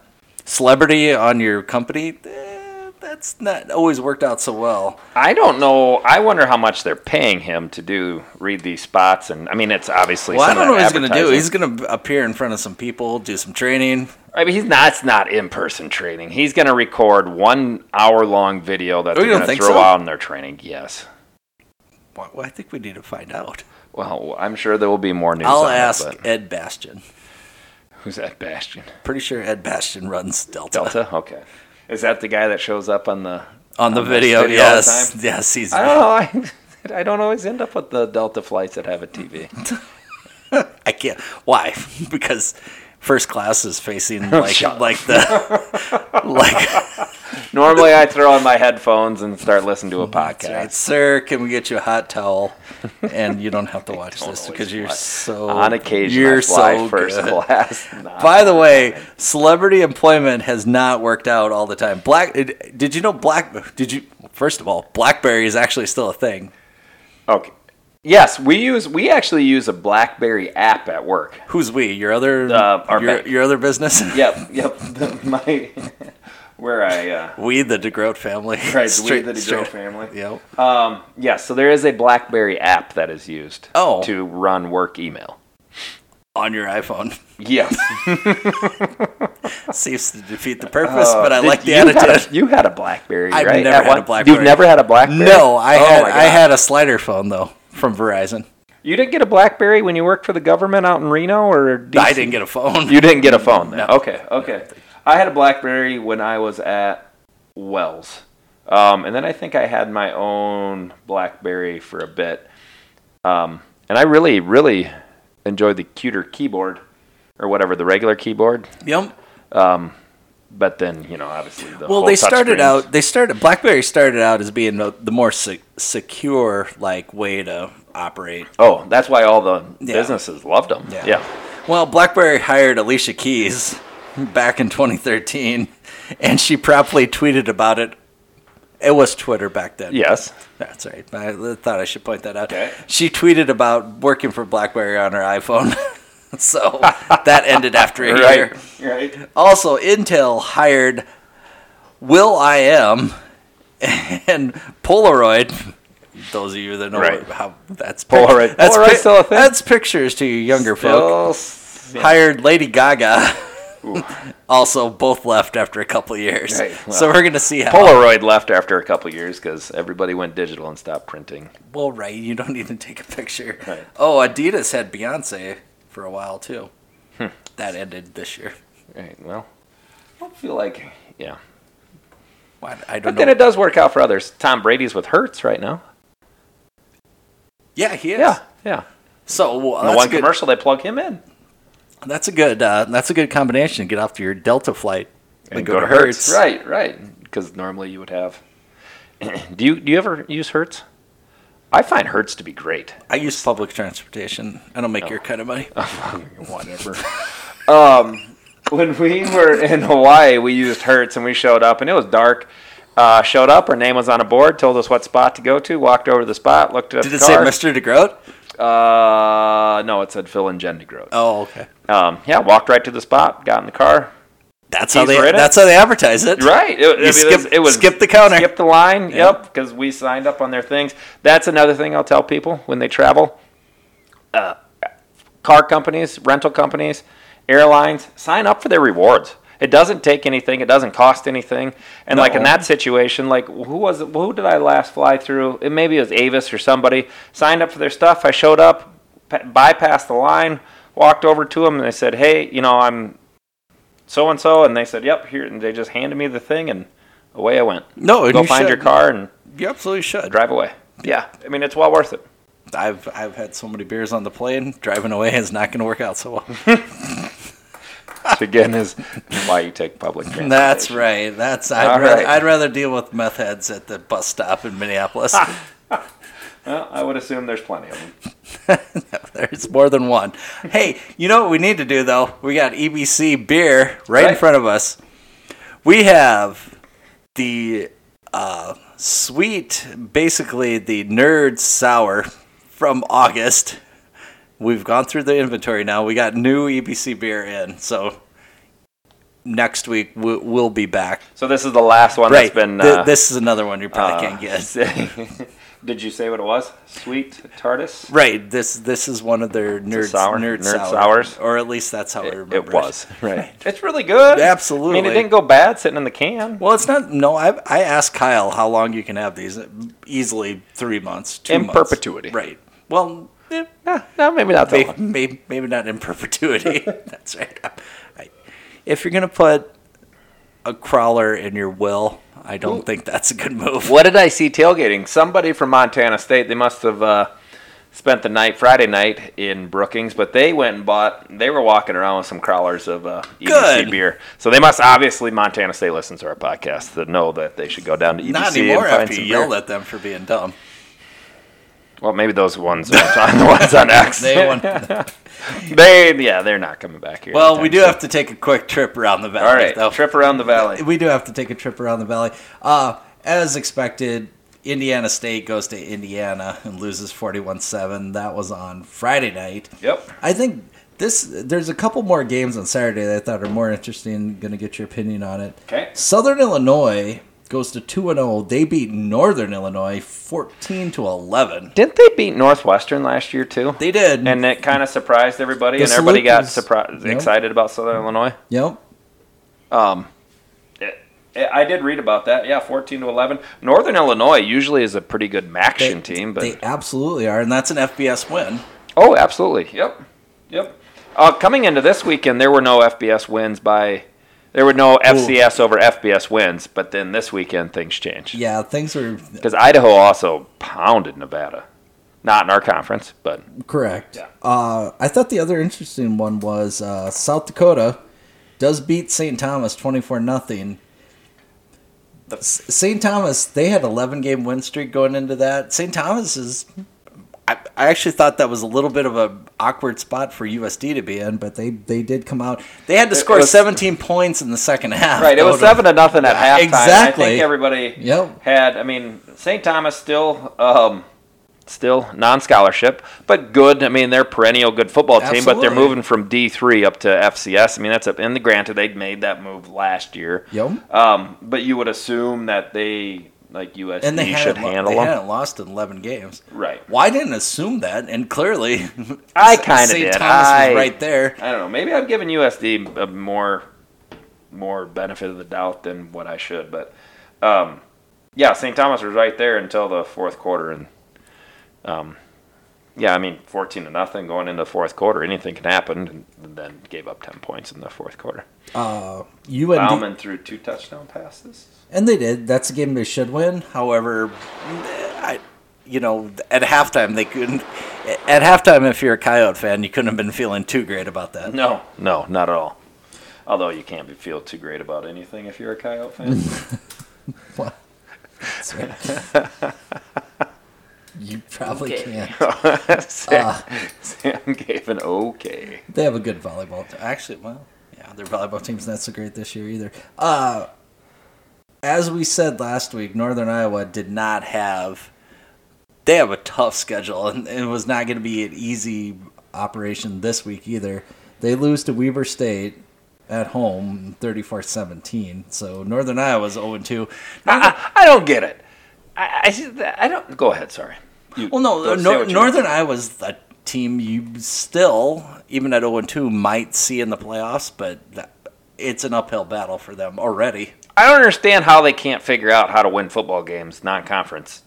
Speaker 2: celebrity on your company, eh, that's not always worked out so well.
Speaker 1: I don't know. I wonder how much they're paying him to do read these spots. And I mean, it's obviously.
Speaker 2: Well, I
Speaker 1: some
Speaker 2: don't
Speaker 1: of
Speaker 2: know what
Speaker 1: that
Speaker 2: he's going to do.
Speaker 1: advertising.
Speaker 2: He's going to appear in front of some people, do some training.
Speaker 1: I mean, he's not. It's not in-person training. He's going to record one hour-long video that
Speaker 2: Oh, you
Speaker 1: they're
Speaker 2: don't
Speaker 1: going to
Speaker 2: think
Speaker 1: throw
Speaker 2: so?
Speaker 1: out in their training. Yes.
Speaker 2: Well, I think we need to find out.
Speaker 1: Well, I'm sure there will be more news.
Speaker 2: I'll
Speaker 1: on it,
Speaker 2: ask
Speaker 1: but-
Speaker 2: Ed Bastion.
Speaker 1: who's that Bastion?
Speaker 2: Pretty sure Ed Bastion runs Delta,
Speaker 1: Delta. Okay. Is that the guy that shows up on the?
Speaker 2: on the
Speaker 1: this video
Speaker 2: video.
Speaker 1: all the
Speaker 2: yes,
Speaker 1: time?
Speaker 2: yes, he's.
Speaker 1: Oh, I don't know. I, I don't always end up with the Delta flights that have a TV.
Speaker 2: I can't. Why? Because first class is facing like
Speaker 1: Oh, Shut up.
Speaker 2: like the like.
Speaker 1: Normally, I throw on my headphones and start listening to a podcast.
Speaker 2: Right, sir, can we get you a hot towel? And you don't have to watch this because you're so
Speaker 1: On occasion,
Speaker 2: You're
Speaker 1: I fly
Speaker 2: so
Speaker 1: first
Speaker 2: good.
Speaker 1: class. Nah.
Speaker 2: By the way, celebrity employment has not worked out all the time. Black, did you know Black? Did you first of all, BlackBerry is actually still a thing.
Speaker 1: okay. Yes, we use we actually use a BlackBerry app at work.
Speaker 2: Who's we? Your other
Speaker 1: Uh, our
Speaker 2: your,
Speaker 1: bank.
Speaker 2: your other business?
Speaker 1: Yep, yep. The- my where I uh,
Speaker 2: We the DeGroat family.
Speaker 1: tried to
Speaker 2: Straight-
Speaker 1: lead the DeGroat
Speaker 2: straight-
Speaker 1: family.
Speaker 2: Yep.
Speaker 1: Um, yeah, so there is a BlackBerry app that is used
Speaker 2: Oh.
Speaker 1: to run work email.
Speaker 2: On your iPhone.
Speaker 1: Yes,
Speaker 2: Seems to defeat the purpose, but I
Speaker 1: Uh, Did-
Speaker 2: like the
Speaker 1: you had a-
Speaker 2: attitude.
Speaker 1: you had a BlackBerry,
Speaker 2: I've
Speaker 1: right?
Speaker 2: never
Speaker 1: At
Speaker 2: had
Speaker 1: one-
Speaker 2: a BlackBerry.
Speaker 1: You've never had a BlackBerry?
Speaker 2: No, I
Speaker 1: Oh
Speaker 2: had
Speaker 1: my
Speaker 2: I
Speaker 1: God.
Speaker 2: had a slider phone though from Verizon.
Speaker 1: You didn't get a BlackBerry when you worked for the government out in Reno, or DC?
Speaker 2: I didn't get a phone.
Speaker 1: You didn't get a phone then.
Speaker 2: No.
Speaker 1: Okay, okay. I had a BlackBerry when I was at Wells, um, and then I think I had my own BlackBerry for a bit, um, and I really, really enjoyed the cuter keyboard, or whatever the regular keyboard.
Speaker 2: Yep.
Speaker 1: But then, you know, obviously the
Speaker 2: Well,
Speaker 1: whole
Speaker 2: they
Speaker 1: touch
Speaker 2: started
Speaker 1: screens-
Speaker 2: out. They started BlackBerry started out as being the, the more se- secure like way to operate.
Speaker 1: Oh, that's why all the
Speaker 2: Yeah.
Speaker 1: businesses loved them.
Speaker 2: Yeah.
Speaker 1: yeah.
Speaker 2: Well, BlackBerry hired Alicia Keys back in 2013, and she promptly tweeted about it. It was Twitter back then.
Speaker 1: Yes.
Speaker 2: That's right. I thought I should point that out.
Speaker 1: Okay.
Speaker 2: She tweeted about working for BlackBerry on her iPhone. so that ended after a year.
Speaker 1: Right. Right.
Speaker 2: Also, Intel hired Will I Am and Polaroid. Those of you that know
Speaker 1: Right.
Speaker 2: how that's
Speaker 1: Polaroid.
Speaker 2: That's,
Speaker 1: Polaroid's still a thing?
Speaker 2: that's pictures to you younger folk.
Speaker 1: Still s- yeah.
Speaker 2: Hired Lady Gaga.
Speaker 1: Ooh.
Speaker 2: also, both left after a couple years.
Speaker 1: Right,
Speaker 2: so
Speaker 1: well.
Speaker 2: we're gonna see how.
Speaker 1: Polaroid left after a couple years because everybody went digital and stopped printing.
Speaker 2: well, right, you don't even take a picture.
Speaker 1: Right.
Speaker 2: Oh, Adidas had Beyonce for a while too.
Speaker 1: Hmm.
Speaker 2: That ended this year.
Speaker 1: Right. Well, I don't feel like yeah.
Speaker 2: Why- I
Speaker 1: But
Speaker 2: don't
Speaker 1: then
Speaker 2: know.
Speaker 1: it does work out for others. Tom Brady's with Hertz right now.
Speaker 2: yeah, he is.
Speaker 1: Yeah. Yeah.
Speaker 2: So well,
Speaker 1: the
Speaker 2: Oh, that's
Speaker 1: one
Speaker 2: a good.
Speaker 1: commercial they plug him in.
Speaker 2: That's a good. Uh, that's a good combination. Get off to your Delta flight
Speaker 1: And go, to Hertz. Right. Right. Because normally you would have. do you do you ever use Hertz? I find Hertz to be great.
Speaker 2: I use public transportation. I don't make your kind of money.
Speaker 1: Oh. whatever. um, when we were in Hawaii, we used Hertz and we showed up and it was dark. Uh, showed up, her name was on a board, told us what spot to go to, walked over to the spot, looked at
Speaker 2: Did
Speaker 1: the
Speaker 2: it say
Speaker 1: car.
Speaker 2: Mr. DeGroat?
Speaker 1: Uh, no, it said Phil and Jen DeGroat.
Speaker 2: Oh, okay.
Speaker 1: Um, yeah, walked right to the spot, got in the car.
Speaker 2: That's how
Speaker 1: Keys
Speaker 2: they.
Speaker 1: were in it?
Speaker 2: That's how they advertise it.
Speaker 1: Right, it, I mean,
Speaker 2: You
Speaker 1: it
Speaker 2: skip,
Speaker 1: was, it was
Speaker 2: skip the counter.
Speaker 1: skip the line.
Speaker 2: Yeah.
Speaker 1: Yep, because we signed up on their things. That's another thing I'll tell people when they travel. Uh, car companies, rental companies, airlines sign up for their rewards. It doesn't take anything. It doesn't cost anything. And like in
Speaker 2: No.
Speaker 1: that situation, like who was it, who did I last fly through? It maybe it was Avis or somebody signed up for their stuff. I showed up, pa- bypassed the line, walked over to them, and they said, "Hey, you know, I'm so and so," and they said, "Yep, here," and they just handed me the thing, and away I went.
Speaker 2: No, and
Speaker 1: go
Speaker 2: you
Speaker 1: find
Speaker 2: should.
Speaker 1: your car and
Speaker 2: You absolutely should.
Speaker 1: drive away. Yeah, I mean it's well worth it.
Speaker 2: I've I've had so many beers on the plane. Driving away is not going to work out so well.
Speaker 1: Which again is why you take public transportation.
Speaker 2: That's right. That's I'd,
Speaker 1: All
Speaker 2: rather,
Speaker 1: right.
Speaker 2: I'd rather deal with meth heads at the bus stop in Minneapolis.
Speaker 1: Well, I would assume there's plenty of them.
Speaker 2: There's more than one. Hey, you know what we need to do though? We got EBC beer right, in
Speaker 1: Right.
Speaker 2: front of us. We have the uh, sweet, basically the nerd sour from August. We've gone through the inventory now. We got new EBC beer in, so next week we- we'll be back.
Speaker 1: So this is the last one
Speaker 2: Right,
Speaker 1: that's been.
Speaker 2: Th-
Speaker 1: uh,
Speaker 2: this is another one you probably can't get.
Speaker 1: get. Did you say what it was? Sweet Tardis.
Speaker 2: Right. This this is one of their nerd
Speaker 1: sour?
Speaker 2: nerd,
Speaker 1: Nerd
Speaker 2: sour,
Speaker 1: sours?
Speaker 2: or at least that's how I remember
Speaker 1: It was right. It's really good. I mean,
Speaker 2: Absolutely.
Speaker 1: it didn't go bad sitting in the can.
Speaker 2: Well, it's not. No, I I asked Kyle how long you can have these. Easily three months, two
Speaker 1: In
Speaker 2: months.
Speaker 1: perpetuity.
Speaker 2: Right. Well, eh,
Speaker 1: Eh, no, maybe not that
Speaker 2: may-
Speaker 1: long.
Speaker 2: may- maybe not in perpetuity. That's right. I, if you're gonna put a crawler in your will, I don't think that's a good move.
Speaker 1: What did I see tailgating? Somebody from Montana State. They must have uh, spent the night Friday night in Brookings, but they went and bought. They were walking around with some crawlers of uh, EBC
Speaker 2: Good.
Speaker 1: beer. So they must obviously Montana State listens to our podcast to know that they should go down to EBC
Speaker 2: Not anymore
Speaker 1: and find
Speaker 2: after you
Speaker 1: some
Speaker 2: yelled
Speaker 1: beer.
Speaker 2: at them for being dumb.
Speaker 1: Well, maybe those ones are the ones on X.
Speaker 2: They won.
Speaker 1: They yeah, they're not coming back here.
Speaker 2: Well,
Speaker 1: anytime
Speaker 2: we do
Speaker 1: soon.
Speaker 2: have to take a quick trip around the valley.
Speaker 1: All right,
Speaker 2: though.
Speaker 1: trip around the valley.
Speaker 6: We do have to take a trip around the valley. Uh, as expected, Indiana State goes to Indiana and loses 41 7. That was on Friday night.
Speaker 1: Yep.
Speaker 6: I think this there's a couple more games on Saturday that I thought are more interesting. Going to get your opinion on it.
Speaker 1: Okay.
Speaker 6: Southern Illinois goes to 2 and 0. They beat Northern Illinois 14 to 11.
Speaker 1: Didn't they beat Northwestern last year too?
Speaker 6: They did.
Speaker 1: and it kind of surprised everybody,
Speaker 6: The
Speaker 1: and everybody
Speaker 6: salute
Speaker 1: got
Speaker 6: was-
Speaker 1: surprised,
Speaker 6: Yep.
Speaker 1: excited about Southern Illinois.
Speaker 6: yep.
Speaker 1: Um, it, it, I did read about that. Yeah, fourteen to eleven. Northern Illinois usually is a pretty good
Speaker 6: They,
Speaker 1: Maction team, but
Speaker 6: they absolutely are and that's an FBS win.
Speaker 1: oh, absolutely. Yep, yep. Uh, coming into this weekend, there were no FBS wins by. There were no FCS over FBS wins, but then this weekend things changed
Speaker 6: Yeah, things are
Speaker 1: because Idaho also pounded Nevada. Not in our conference, but
Speaker 6: Correct.
Speaker 1: Yeah.
Speaker 6: Uh, I thought the other interesting one was uh, South Dakota does beat St. Thomas 24 nothing. St. Thomas, they had 11 game win streak going into that. St. Thomas is. I, I actually thought that was a little bit of a awkward spot for USD to be in, but they, they did come out. They had to
Speaker 1: It
Speaker 6: score
Speaker 1: was-
Speaker 6: 17 points in the second half.
Speaker 1: Right, it was
Speaker 6: total.
Speaker 1: seven to nothing at halftime.
Speaker 6: exactly.
Speaker 1: I think everybody
Speaker 6: Yep.
Speaker 1: had. I mean, St. Thomas still, um, still non-scholarship, but good. I mean, they're perennial good football team, but
Speaker 6: Absolutely.
Speaker 1: they're moving from D three up to FCS. I mean, that's up. And granted, they'd made that move last year.
Speaker 6: Yep.
Speaker 1: Um, but you would assume that they like USD
Speaker 6: And they,
Speaker 1: should
Speaker 6: hadn't, lo-
Speaker 1: handle
Speaker 6: they
Speaker 1: them,
Speaker 6: hadn't lost in 11 games.
Speaker 1: right?
Speaker 6: Well, I didn't assume that, and clearly,
Speaker 1: I kinda
Speaker 6: St.
Speaker 1: did.
Speaker 6: Thomas
Speaker 1: I-
Speaker 6: was right there.
Speaker 1: I don't know. Maybe I'm giving USD a more more benefit of the doubt than what I should, but um, yeah, St. Thomas was right there until the fourth quarter, and um, yeah, I mean, fourteen to nothing going into the fourth quarter, anything can happen, and then gave up ten points in the fourth quarter.
Speaker 6: Uh, UND,
Speaker 1: Bauman threw two touchdown passes.
Speaker 6: and they did. That's a game they should win.
Speaker 2: However, I, you know, at halftime they couldn't. At halftime, if you're a Coyote fan, you couldn't have been feeling too great about that.
Speaker 1: No, no, not at all. Although you can't be, feel too great about anything if you're a Coyote fan.
Speaker 6: You probably
Speaker 5: Okay.
Speaker 6: can't.
Speaker 1: Sam, Sam gave an okay.
Speaker 6: They have a good volleyball. Team. Actually, well, yeah, their volleyball team's not so great this year either. Uh, as we said last week, Northern Iowa did
Speaker 2: Did not have. They have a tough schedule, and it was not going to be an easy.
Speaker 6: operation this week either. They lose to Weber State at home 34-17. So Northern oh Iowa's 0 2.
Speaker 1: I, I don't get it. I, I see that- I don't. Go ahead. Sorry. You-
Speaker 2: Well, no,
Speaker 1: go- say
Speaker 2: Nor-
Speaker 1: what you-
Speaker 2: Northern Iowa's a team you still, even at 0 2, might see in the playoffs, but that, it's an uphill battle for them already.
Speaker 1: I don't understand how they can't figure out how to win football games non-conference.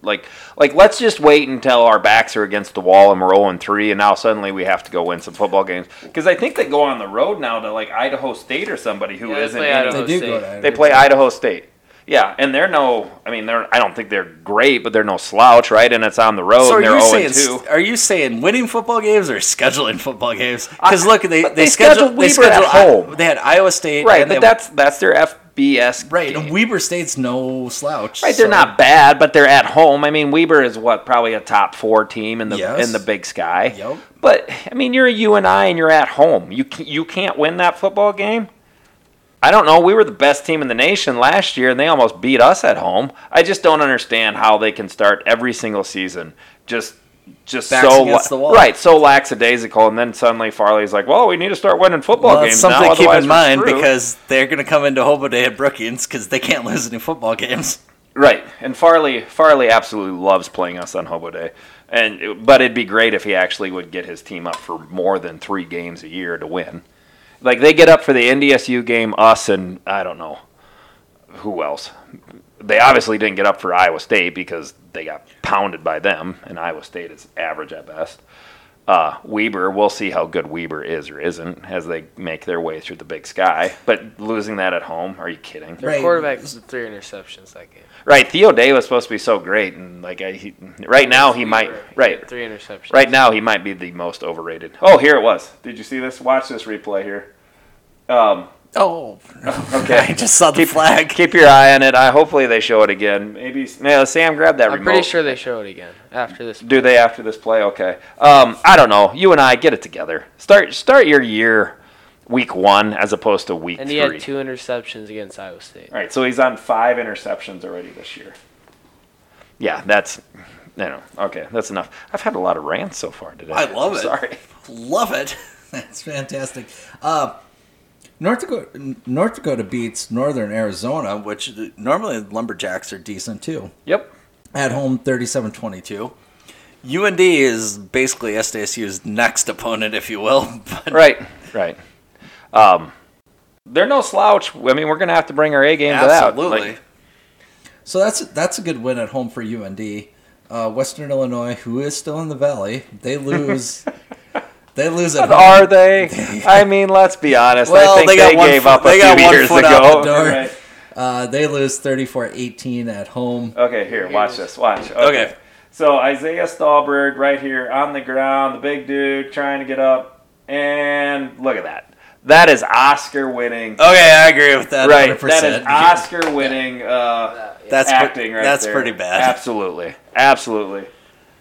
Speaker 1: Like, like let's just wait until our backs are against the wall and we're 0 3, and now suddenly we have to go win some football games. Because I think they go on the road now to like Idaho State or somebody who
Speaker 5: Yeah, they
Speaker 1: not
Speaker 5: play Idaho
Speaker 6: They do go
Speaker 5: State.
Speaker 6: to
Speaker 1: They play Idaho State. Yeah, and they're no. I mean, they're. I don't think they're great, but they're no slouch, right? And it's on the road.
Speaker 2: So are
Speaker 1: and they're
Speaker 2: you
Speaker 1: 0
Speaker 2: saying
Speaker 1: 2.
Speaker 2: are you saying winning football games or scheduling football games? Because
Speaker 1: I-
Speaker 2: look, they
Speaker 1: but
Speaker 2: they,
Speaker 1: they scheduled
Speaker 2: scheduled they
Speaker 1: Weber at
Speaker 2: scheduled I-
Speaker 1: home.
Speaker 2: They had Iowa State,
Speaker 1: Right,
Speaker 2: and
Speaker 1: but
Speaker 2: they-
Speaker 1: that's that's their FBS.
Speaker 6: Right,
Speaker 1: game.
Speaker 6: and Weber State's no slouch.
Speaker 1: Right, they're
Speaker 6: so-
Speaker 1: not bad, but they're at home. I mean, Weber is what probably a top four team in the
Speaker 6: Yes.
Speaker 1: in the Big Sky.
Speaker 6: Yep.
Speaker 1: But I mean, you're a UNI and you're at home. You ca- you can't win that football game. I don't know. We were the best team in the nation last year, and they almost beat us at home. I just don't understand how they can start every single season just just
Speaker 2: Backs
Speaker 1: so
Speaker 2: against the wall.
Speaker 1: right so lackadaisical, and then suddenly Farley's like, "Well, we need to start winning football
Speaker 2: well, it's
Speaker 1: games
Speaker 2: something
Speaker 1: now."
Speaker 2: to keep
Speaker 1: otherwise
Speaker 2: in
Speaker 1: we're
Speaker 2: mind
Speaker 1: screwed."
Speaker 2: because they're going to come into Hoboday at Brookings because they can't lose any football games.
Speaker 1: Right, and Farley Farley absolutely loves playing us on Hobo Day, and but it'd be great if he actually would get his team up for more than three games a year to win. Like they get up for the NDSU game, us and I don't know who else. They obviously didn't get up for Iowa State because they got pounded by them, and Iowa State is average at best. Uh, Weber, we'll see how good Weber is or isn't as they make their way through the Big Sky. But losing that at home, are you kidding?
Speaker 5: Their
Speaker 6: Right.
Speaker 5: quarterback was three interceptions that game.
Speaker 1: Right, Theo Day was supposed to be so great, and like I, he, right now he might.
Speaker 5: Weaver, he
Speaker 1: Right,
Speaker 5: had Three interceptions.
Speaker 1: right now he might be the most overrated. Oh, here it was. Did you see this? Watch this replay here. Um,
Speaker 2: Oh,
Speaker 1: okay.
Speaker 2: I just saw the
Speaker 1: keep,
Speaker 2: flag.
Speaker 1: Keep your eye on it. I hopefully they show it again. Maybe yeah, Sam, grab that
Speaker 5: I'm
Speaker 1: remote.
Speaker 5: pretty sure they show it again after this.
Speaker 1: Do they after this play? Okay. Um, I don't know. You and I get it together. Start start your year, week one as opposed to week
Speaker 5: And he
Speaker 1: three.
Speaker 5: had two interceptions against Iowa State.
Speaker 1: All right, so he's on five interceptions already this year. yeah, that's you know okay. That's enough. I've had a lot of rants so far today.
Speaker 2: I love it.
Speaker 1: Sorry.
Speaker 2: Love it.
Speaker 6: That's fantastic. Uh, North Dakota, North Dakota beats Northern Arizona, which normally the Lumberjacks are decent too.
Speaker 1: Yep.
Speaker 6: At home, 37 22.
Speaker 2: UND is basically SDSU's next opponent, if you will. But
Speaker 1: Right. Right. Um, they're no slouch. I mean, we're gonna have to bring our A game to that.
Speaker 2: absolutely.
Speaker 1: Like,
Speaker 6: So that's that's a good win at home for UND. Uh, Western Illinois, who is still in the valley, they lose. they lose at
Speaker 1: but
Speaker 6: home.
Speaker 1: are they? I mean, let's be honest.
Speaker 2: Well,
Speaker 1: I think
Speaker 2: they
Speaker 1: they,
Speaker 2: got one
Speaker 1: gave
Speaker 2: foot-
Speaker 1: up a
Speaker 2: they got
Speaker 1: few
Speaker 2: one
Speaker 1: years
Speaker 2: foot
Speaker 1: ago.
Speaker 2: out the door.
Speaker 1: Right.
Speaker 6: Uh, they lose 34-18 at home.
Speaker 1: Okay, here, watch this. Watch.
Speaker 2: Okay.
Speaker 1: So Isaiah Stahlberg right here on the ground, the big dude trying to get up, and look at that. That is Oscar winning.
Speaker 2: Okay, I agree with Uh, that.
Speaker 1: right.
Speaker 6: 100%.
Speaker 1: That is Oscar winning uh,
Speaker 5: That- yeah.
Speaker 2: That's pre-
Speaker 1: acting right
Speaker 2: that's
Speaker 1: there.
Speaker 2: pretty bad.
Speaker 1: Absolutely. Absolutely.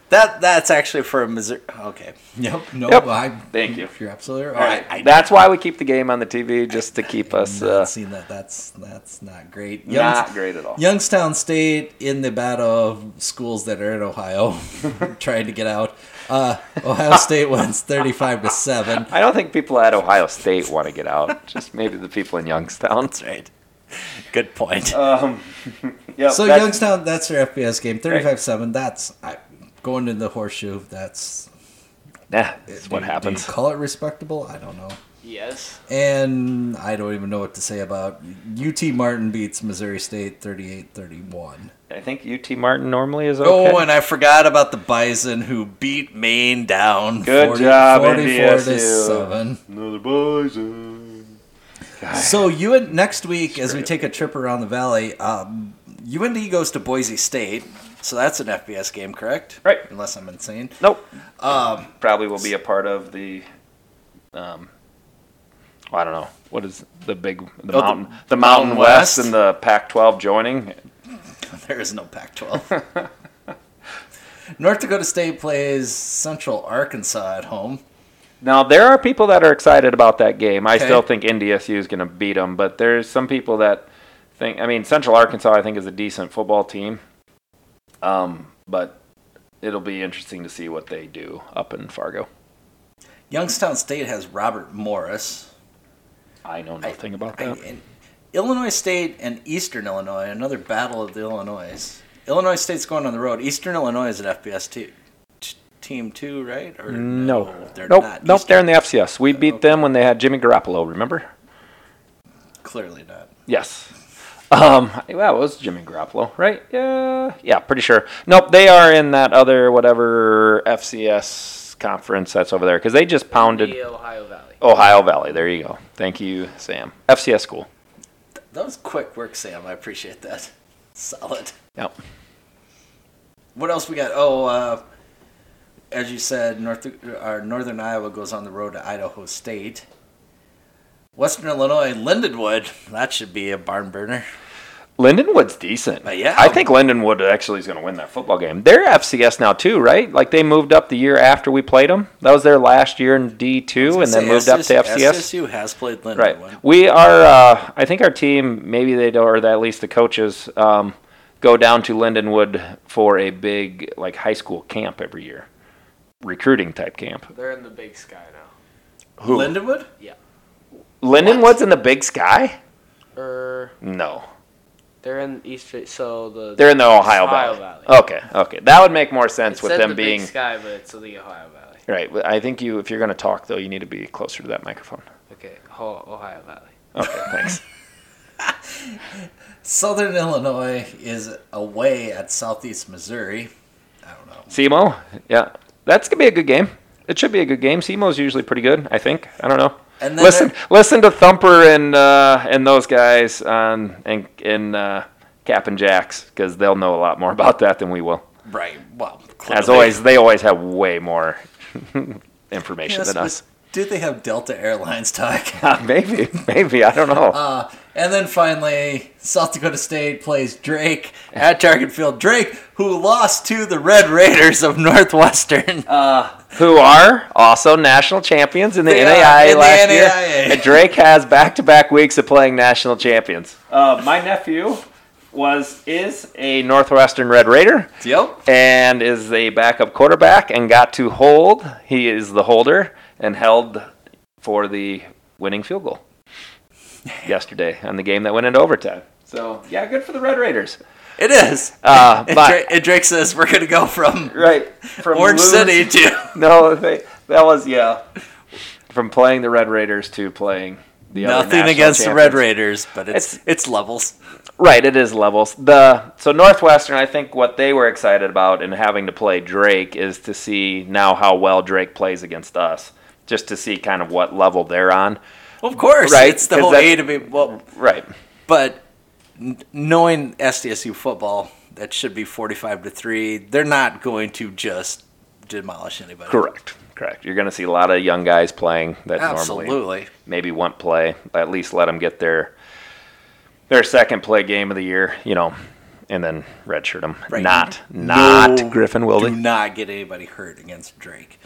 Speaker 2: That that's actually for a Missouri. Okay,
Speaker 6: Yep. No,
Speaker 1: Yep.
Speaker 6: I,
Speaker 1: Thank you.
Speaker 6: You're absolutely
Speaker 1: All
Speaker 6: right.
Speaker 1: right. That's why we keep the game on the TV just to keep us
Speaker 6: Not
Speaker 1: uh,
Speaker 6: seen that. That's that's not great.
Speaker 1: not
Speaker 6: Youngs-
Speaker 1: great at all.
Speaker 6: Youngstown State in the battle of schools that are in Ohio, trying to get out. Uh, Ohio State wins thirty-five to seven.
Speaker 1: I don't think people at Ohio State want to get out. just maybe the people in Youngstown.
Speaker 2: that's right. Good point.
Speaker 1: Um, yeah,
Speaker 6: So
Speaker 1: that's-
Speaker 6: Youngstown, that's their FBS game, thirty-five-seven. That's I, going to the horseshoe. That's
Speaker 1: Nah, that's what
Speaker 6: do-
Speaker 1: happens.
Speaker 6: Do you call it respectable? I don't know.
Speaker 5: Yes.
Speaker 6: And I don't even know what to say about UT Martin beats Missouri State 38-31.
Speaker 1: I think UT Martin normally is okay.
Speaker 2: Oh, and I forgot about the Bison who beat Maine down.
Speaker 1: Good
Speaker 6: 40
Speaker 1: job,
Speaker 6: 44 to
Speaker 1: NDSU.
Speaker 6: 7.
Speaker 1: Another Bison.
Speaker 6: So you and next week, as we take a trip around the valley, um,
Speaker 2: UND goes to Boise State, so that's an FBS game, correct?
Speaker 1: Right.
Speaker 6: unless I'm insane,
Speaker 1: Nope.
Speaker 6: um,
Speaker 1: Probably will be a part of the. Um, I don't know what is the big the
Speaker 2: Oh, the
Speaker 1: mountain the, Mountain
Speaker 2: Mountain
Speaker 1: West,
Speaker 2: West?
Speaker 1: and the Pac-12 joining.
Speaker 2: There is no Pac-12.
Speaker 6: North Dakota State plays Central Arkansas at home.
Speaker 1: Now there are people that are excited about that game. I
Speaker 6: Okay.
Speaker 1: still think NDSU is going to beat them, but there's some people that think. I mean, Central Arkansas I think is a decent football team, um, but it'll be interesting to see what they do up in Fargo.
Speaker 2: Youngstown State has Robert Morris.
Speaker 1: I know nothing about
Speaker 2: I-
Speaker 1: that.
Speaker 2: and Illinois State and Eastern Illinois, another battle of the Illinois. Illinois State's going on the road. Eastern Illinois is an FBS te- t- team too, right? Or
Speaker 1: No,
Speaker 2: they're
Speaker 1: nope,
Speaker 2: not.
Speaker 1: nope.
Speaker 2: Eastern-
Speaker 1: They're in the FCS. We beat them when they had Jimmy Garoppolo. Remember?
Speaker 2: clearly not.
Speaker 1: Yes. Um, yeah, it was Jimmy Garoppolo, right? Yeah, yeah, pretty sure. Nope, they are in that other whatever FCS conference that's over there because they just pounded
Speaker 5: The Ohio Valley.
Speaker 1: Ohio Valley. There you go. Thank you, Sam. FCS school.
Speaker 2: That was quick work, Sam. I appreciate that. Solid.
Speaker 1: Yep.
Speaker 2: What else we got? Oh, uh, as you said, North our Northern Iowa goes on the road to Idaho State. Western Illinois, Lindenwood. That should be a barn burner.
Speaker 1: Lindenwood's decent.
Speaker 2: Uh, yeah.
Speaker 1: I think Lindenwood actually is going to win that football game. They're FCS now too, right? Like they moved up the year after we played them. That was their last year in D two, and then
Speaker 2: Say,
Speaker 1: moved up to
Speaker 2: SDSU
Speaker 1: FCS.
Speaker 2: SDSU has played
Speaker 1: Right.
Speaker 2: Lindenwood.
Speaker 1: We are. Uh, I think our team, maybe they do, or at least the coaches, um, go down to Lindenwood for a big like high school camp every year, recruiting type camp.
Speaker 5: They're in the Big Sky now.
Speaker 1: Who?
Speaker 2: Lindenwood?
Speaker 1: Lindenwood's in the Big Sky?
Speaker 5: Or
Speaker 1: No,
Speaker 5: Er, they're in East. So the
Speaker 1: they're in the Ohio,
Speaker 5: Ohio
Speaker 1: Valley.
Speaker 5: Valley.
Speaker 1: Okay, okay, that would make more sense
Speaker 5: it
Speaker 1: with
Speaker 5: said
Speaker 1: them
Speaker 5: the
Speaker 1: being
Speaker 5: Big Sky, but it's the Ohio Valley.
Speaker 1: right. I think you, if you're going to talk though, you need to be closer to that microphone.
Speaker 5: Okay, Ho- Ohio Valley.
Speaker 1: Okay, thanks.
Speaker 6: Southern Illinois is away at Southeast Missouri. I don't know.
Speaker 1: Semo, yeah, that's gonna be a good game. It should be a good game. Semo's usually pretty good, I think. I don't know.
Speaker 6: And then
Speaker 1: listen, listen to Thumper and uh, and those guys on and in uh, Cap and Jacks because they'll know a lot more about that than we will.
Speaker 2: Right. Well,
Speaker 1: As always, they always have way more information
Speaker 6: Yes,
Speaker 1: than
Speaker 6: but
Speaker 1: us.
Speaker 6: Do they have Delta Airlines talk?
Speaker 1: maybe, maybe I don't know.
Speaker 6: Uh, and then finally, South Dakota State plays Drake at Target Field. Drake, who lost to the Red Raiders of Northwestern.
Speaker 1: Uh, Who are also national champions in the
Speaker 6: They are
Speaker 1: NAIA
Speaker 6: in the
Speaker 1: last year.
Speaker 6: NAIA.
Speaker 1: And Drake has back-to-back weeks of playing national champions. Uh, my nephew was is a Northwestern Red Raider
Speaker 2: Yep.
Speaker 1: and is a backup quarterback and got to hold. He is the holder and held for the winning field goal yesterday on the game that went into overtime. So yeah, good for the Red Raiders.
Speaker 2: It is.
Speaker 1: Uh,
Speaker 2: and,
Speaker 1: but-
Speaker 2: Drake, and Drake says we're gonna go from
Speaker 1: Right from
Speaker 2: Orange
Speaker 1: lose-
Speaker 2: City to
Speaker 1: No, they, that was yeah. From playing the Red Raiders to playing the other
Speaker 2: nothing
Speaker 1: national
Speaker 2: against the Red
Speaker 1: champions.
Speaker 2: Raiders, but it's it's, levels.
Speaker 1: Right, it is levels. The so Northwestern, I think what they were excited about in having to play Drake is to see now how well Drake plays against us, just to see kind of what level they're on.
Speaker 2: Of course,
Speaker 1: Right,
Speaker 2: It's the
Speaker 1: 'cause
Speaker 2: whole
Speaker 1: that-
Speaker 2: A to B. Well,
Speaker 1: Right.
Speaker 2: but n- knowing SDSU football, that should be forty-five to three. They're not going to just demolish anybody.
Speaker 1: Correct. Correct. You're going to see a lot of young guys playing that normally
Speaker 2: Absolutely.
Speaker 1: maybe won't play. At least let them get their their second play game of the year, you know, and then redshirt them.
Speaker 2: Right.
Speaker 1: Not not
Speaker 2: No.
Speaker 1: Griffin
Speaker 2: Do
Speaker 1: Wilding.
Speaker 2: not get anybody hurt against Drake.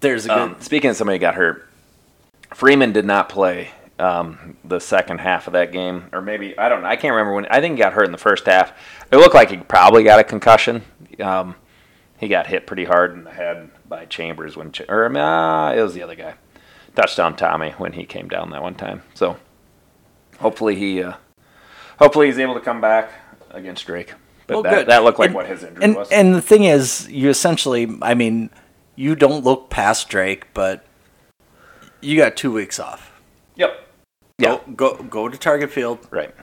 Speaker 2: There's a good.
Speaker 1: Um, speaking of somebody who got hurt, Freeman did not play um, the second half of that game, or maybe I don't know. I can't remember when. I think he got hurt in the first half. It looked like he probably got a concussion. Um, he got hit pretty hard in the head by Chambers when, Ch- or uh, it was the other guy, touchdown Tommy when he came down that one time. So hopefully he, uh, hopefully he's able to come back against Drake. But
Speaker 2: Well,
Speaker 1: that,
Speaker 2: good.
Speaker 1: that looked like
Speaker 2: And-
Speaker 1: what his injury
Speaker 2: and,
Speaker 1: was.
Speaker 2: And the thing is, you essentially, I mean, you don't look past Drake, but you got two weeks off.
Speaker 1: yep. Yeah.
Speaker 2: Go, go, go to Target Field,
Speaker 1: Right.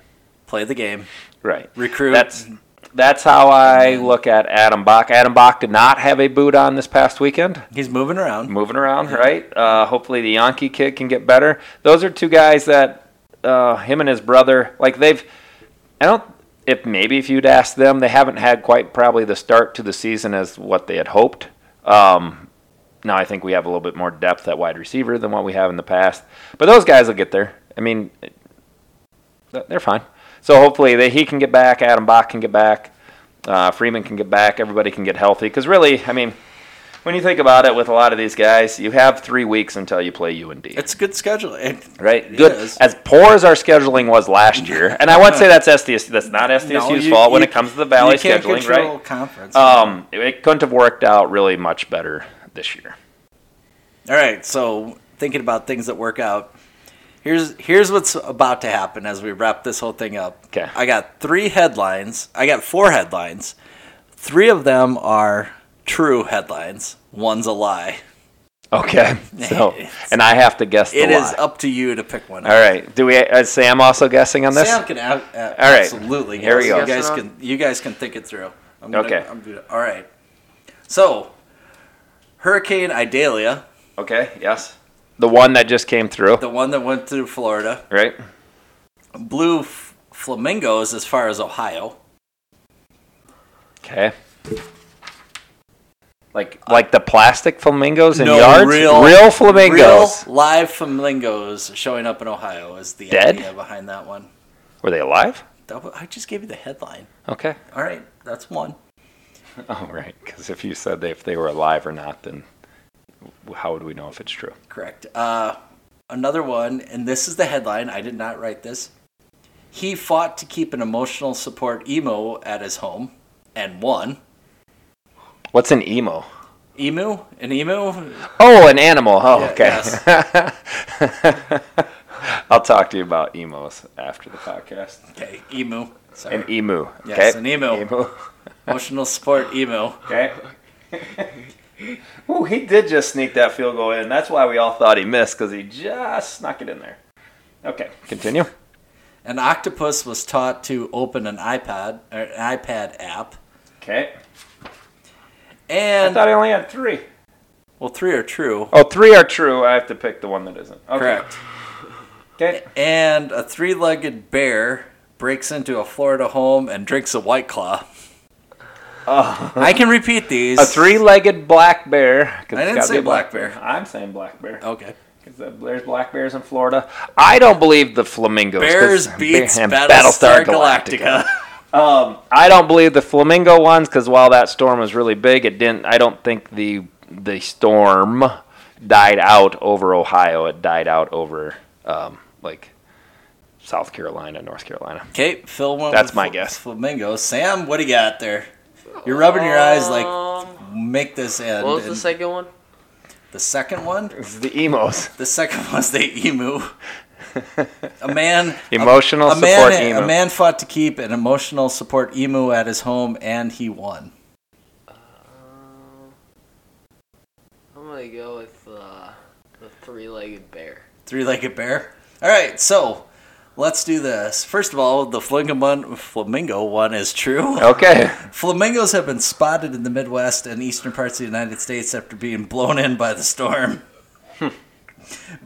Speaker 2: play the game,
Speaker 1: Right.
Speaker 2: recruit.
Speaker 1: That's that's how I look at Adam Bach. Adam Bach did not have a boot on this past weekend.
Speaker 2: He's moving around.
Speaker 1: Moving around, right? Uh, hopefully the Yankee kid can get better. Those are two guys that uh, him and his brother, like they've. I don't. If maybe if you'd asked them, they haven't had quite probably the start to the season as what they had hoped. Um, now I think we have a little bit more depth at wide receiver than what we have in the past. But those guys will get there. I mean, th- they're fine. So hopefully that he can get back, Adam Bach can get back, uh, Freeman can get back, everybody can get healthy. Because really, I mean, when you think about it, with a lot of these guys, you have three weeks until you play UND.
Speaker 2: It's a good schedule. And
Speaker 1: Right,
Speaker 2: It
Speaker 1: good.
Speaker 2: is.
Speaker 1: As poor as our scheduling was last year, and I won't say that's SDSU. That's not SDSU's
Speaker 2: no, you-
Speaker 1: fault when
Speaker 2: you-
Speaker 1: it comes to the valley
Speaker 2: you can't
Speaker 1: scheduling,
Speaker 2: control
Speaker 1: right?
Speaker 2: Conference.
Speaker 1: Um, it- it couldn't have worked out really much better this year.
Speaker 2: All right, so thinking about things that work out. Here's here's what's about to happen as we wrap this whole thing up.
Speaker 1: 'Kay.
Speaker 2: I got three headlines. I got four headlines. Three of them are true headlines. One's a lie.
Speaker 1: Okay, so and I have to guess the
Speaker 2: It is
Speaker 1: lie.
Speaker 2: up to you to pick one.
Speaker 1: All right, do we? uh, Is Sam also guessing on this?
Speaker 2: Sam can ab- ab-
Speaker 1: All right.
Speaker 2: absolutely.
Speaker 1: Here we
Speaker 2: guess.
Speaker 1: go.
Speaker 2: You guys
Speaker 5: Guess
Speaker 2: can you guys can think it through. I'm gonna,
Speaker 1: Okay.
Speaker 2: I'm gonna, all right. So, Hurricane Idalia,
Speaker 1: Okay. Yes. The one that just came through,
Speaker 2: the one that went through Florida,
Speaker 1: right?
Speaker 2: blew f- flamingos as far as Ohio.
Speaker 1: Okay. Like like the plastic flamingos in
Speaker 2: No,
Speaker 1: yards,
Speaker 2: real-
Speaker 1: flamingos.
Speaker 2: Real live flamingos showing up in Ohio is the
Speaker 1: Dead?
Speaker 2: idea behind that one.
Speaker 1: Were they alive?
Speaker 2: That wa- I just gave you the headline.
Speaker 1: Okay.
Speaker 2: All right, that's one.
Speaker 1: Oh, right. Because if you said they, if they were alive or not, then w- how would we know if it's true?
Speaker 2: Correct. Uh, another one, and this is the headline. I did not write this. He fought to keep an emotional support emo at his home and won.
Speaker 1: What's an emo?
Speaker 2: Emu? An emu?
Speaker 1: Oh, an animal. Oh,
Speaker 2: Yeah,
Speaker 1: okay. I'll talk to you about emos after the podcast.
Speaker 2: Okay, emu. Sorry.
Speaker 1: An e- emu.
Speaker 2: Yes,
Speaker 1: okay?
Speaker 2: an emu. emotional support emu.
Speaker 1: Okay. Ooh, he did just sneak that field goal in. That's why we all thought he missed because he just snuck it in there. Okay, continue.
Speaker 2: An octopus was taught to open an iPad or an iPad app.
Speaker 1: Okay. I
Speaker 2: And
Speaker 1: thought I only had three.
Speaker 2: well, three are true.
Speaker 1: Oh, three are true. I have to pick the one that isn't. Okay.
Speaker 2: Correct.
Speaker 1: Okay.
Speaker 2: And a three-legged bear breaks into a Florida home and drinks a White Claw. I can repeat these.
Speaker 1: Uh, A three-legged black bear. 'cause
Speaker 2: I
Speaker 1: it's
Speaker 2: didn't
Speaker 1: gotta
Speaker 2: say
Speaker 1: be a
Speaker 2: black bear. Oh.
Speaker 1: I'm saying black bear.
Speaker 2: Okay.
Speaker 1: Because there's black bears in Florida. I don't believe the flamingos. 'cause-
Speaker 2: Bears beats
Speaker 1: and
Speaker 2: Battlestar, Galactica.
Speaker 1: Um, I don't believe the flamingo ones because while that storm was really big, it didn't. I don't think the the storm died out over Ohio. It died out over um, like South Carolina, North Carolina.
Speaker 2: Okay, Phil went
Speaker 1: That's
Speaker 2: with
Speaker 1: my
Speaker 2: fl-
Speaker 1: guess.
Speaker 2: Flamingo. Sam, what do you got there? You're rubbing your eyes like
Speaker 5: Um,
Speaker 2: make this end.
Speaker 5: what was the
Speaker 2: and
Speaker 5: second one?
Speaker 2: the second one?
Speaker 1: This is the emos.
Speaker 2: The second was the emu. A man,
Speaker 1: Emotional
Speaker 2: a
Speaker 1: support
Speaker 2: man,
Speaker 1: emo.
Speaker 2: a man fought to keep an emotional support emu at his home, and he won.
Speaker 5: I'm gonna go with uh, the three-legged bear.
Speaker 2: Three-legged bear. All right, so let's do this. First of all, the flamingo one, flamingo one is true.
Speaker 1: Okay.
Speaker 2: Flamingos have been spotted in the Midwest and eastern parts of the United States after being blown in by the storm.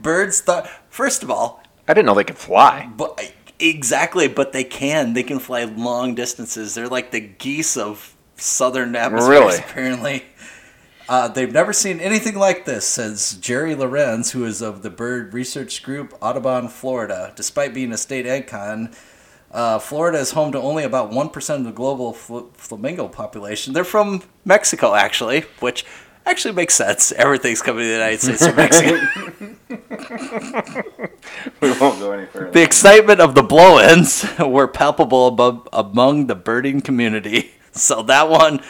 Speaker 2: Birds thought, first of all,
Speaker 1: I didn't know they could fly.
Speaker 2: but exactly, but they can. They can fly long distances. They're like the geese of southern atmospheres,
Speaker 1: Really?
Speaker 2: apparently. Uh, they've never seen anything like this, says Jerry Lorenz, who is of the bird research group Audubon, Florida. Despite being a state icon, uh, Florida is home to only about 1% of the global fl- flamingo population. They're from Mexico, actually, which actually makes sense. Everything's coming to the United States from Mexico.
Speaker 1: We won't go any further.
Speaker 2: The excitement of the blow ins were palpable above, among the birding community. So, that one,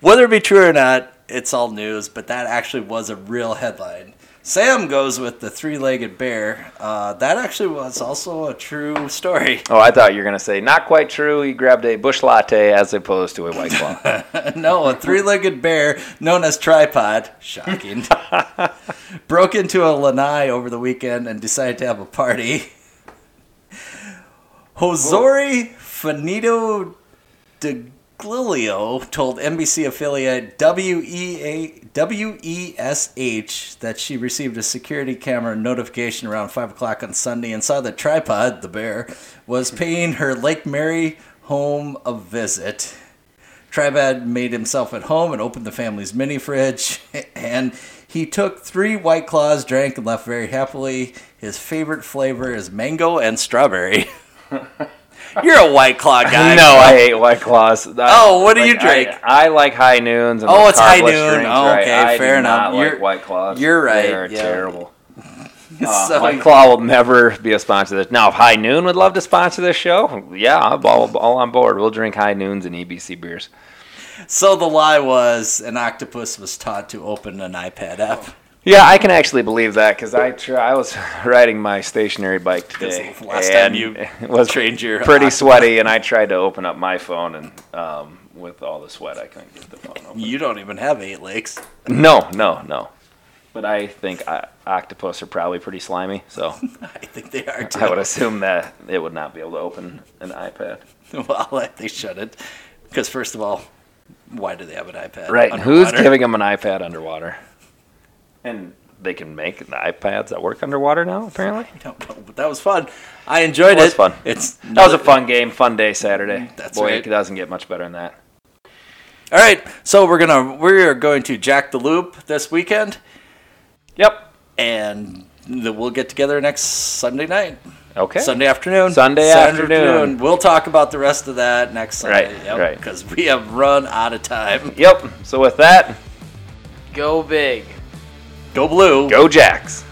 Speaker 2: whether it be true or not, it's all news, but that actually was a real headline. Sam goes with the three legged bear. Uh, that actually was also a true story.
Speaker 1: Oh, I thought you were gonna say not quite true. He grabbed a bush latte as opposed to a white claw.
Speaker 2: no, a three legged bear known as Tripod, shocking, broke into a lanai over the weekend and decided to have a party. Josori Finito DeGlilio told NBC affiliate E WEA, WESH E that she received a security camera notification around 5 o'clock on Sunday and saw that Tripod, the bear, was paying her Lake Mary home a visit. Tribad made himself at home and opened the family's mini fridge, and he took three White Claws, drank, and left very happily. His favorite flavor is mango and strawberry. You're a White Claw guy.
Speaker 1: no, I hate white claws.
Speaker 2: Oh, what do you
Speaker 1: I-
Speaker 2: drink?
Speaker 1: I, like high noons. And
Speaker 2: Oh,
Speaker 1: the
Speaker 2: it's high
Speaker 1: carbless
Speaker 2: noon.
Speaker 1: drinks,
Speaker 2: Oh,
Speaker 1: right?
Speaker 2: okay,
Speaker 1: I do
Speaker 2: fair
Speaker 1: not
Speaker 2: enough.
Speaker 1: like
Speaker 2: You're-
Speaker 1: white claws.
Speaker 2: you're right,
Speaker 1: They are
Speaker 2: yeah.
Speaker 1: terrible. Uh,
Speaker 2: So-
Speaker 1: White Claw will never be a sponsor. Of this. Now, if High Noon would love to sponsor this show, yeah, I'm all, all on board. We'll drink High Noons and EBC beers.
Speaker 2: So the lie was an octopus was taught to open an iPad app.
Speaker 1: Yeah, I can actually believe that because I try, I was riding my stationary bike today.
Speaker 2: Because last time
Speaker 1: and
Speaker 2: you
Speaker 1: it was
Speaker 2: trained your-
Speaker 1: pretty sweaty, and I tried to open up my phone, and um, with all the sweat, I couldn't get the phone open.
Speaker 2: You don't even have eight legs.
Speaker 1: No, no, no. But I think uh, octopus are probably pretty slimy, so
Speaker 2: I think they are too.
Speaker 1: I would assume that it would not be able to open an iPad.
Speaker 2: well, they shouldn't. Because first of all, why do they have an iPad?
Speaker 1: Right. and Who's
Speaker 2: underwater?
Speaker 1: giving them an iPad underwater? And they can make the iPads that work underwater now, apparently.
Speaker 2: I don't know, but that was fun. I enjoyed it.
Speaker 1: It was fun.
Speaker 2: It's
Speaker 1: That was a fun game, fun day Saturday.
Speaker 2: That's
Speaker 1: Boy,
Speaker 2: right.
Speaker 1: it doesn't get much better than that.
Speaker 2: All right, so we're gonna we are going to jack the loop this weekend,
Speaker 1: Yep.
Speaker 2: and th- we'll get together next Sunday night,
Speaker 1: Okay.
Speaker 2: Sunday afternoon,
Speaker 1: Sunday afternoon.
Speaker 2: We'll talk about the rest of that next Sunday,
Speaker 1: Right, right.
Speaker 2: Because we have run out of time.
Speaker 1: Yep. So with that,
Speaker 5: Go big.
Speaker 2: Go blue.
Speaker 1: go Jacks.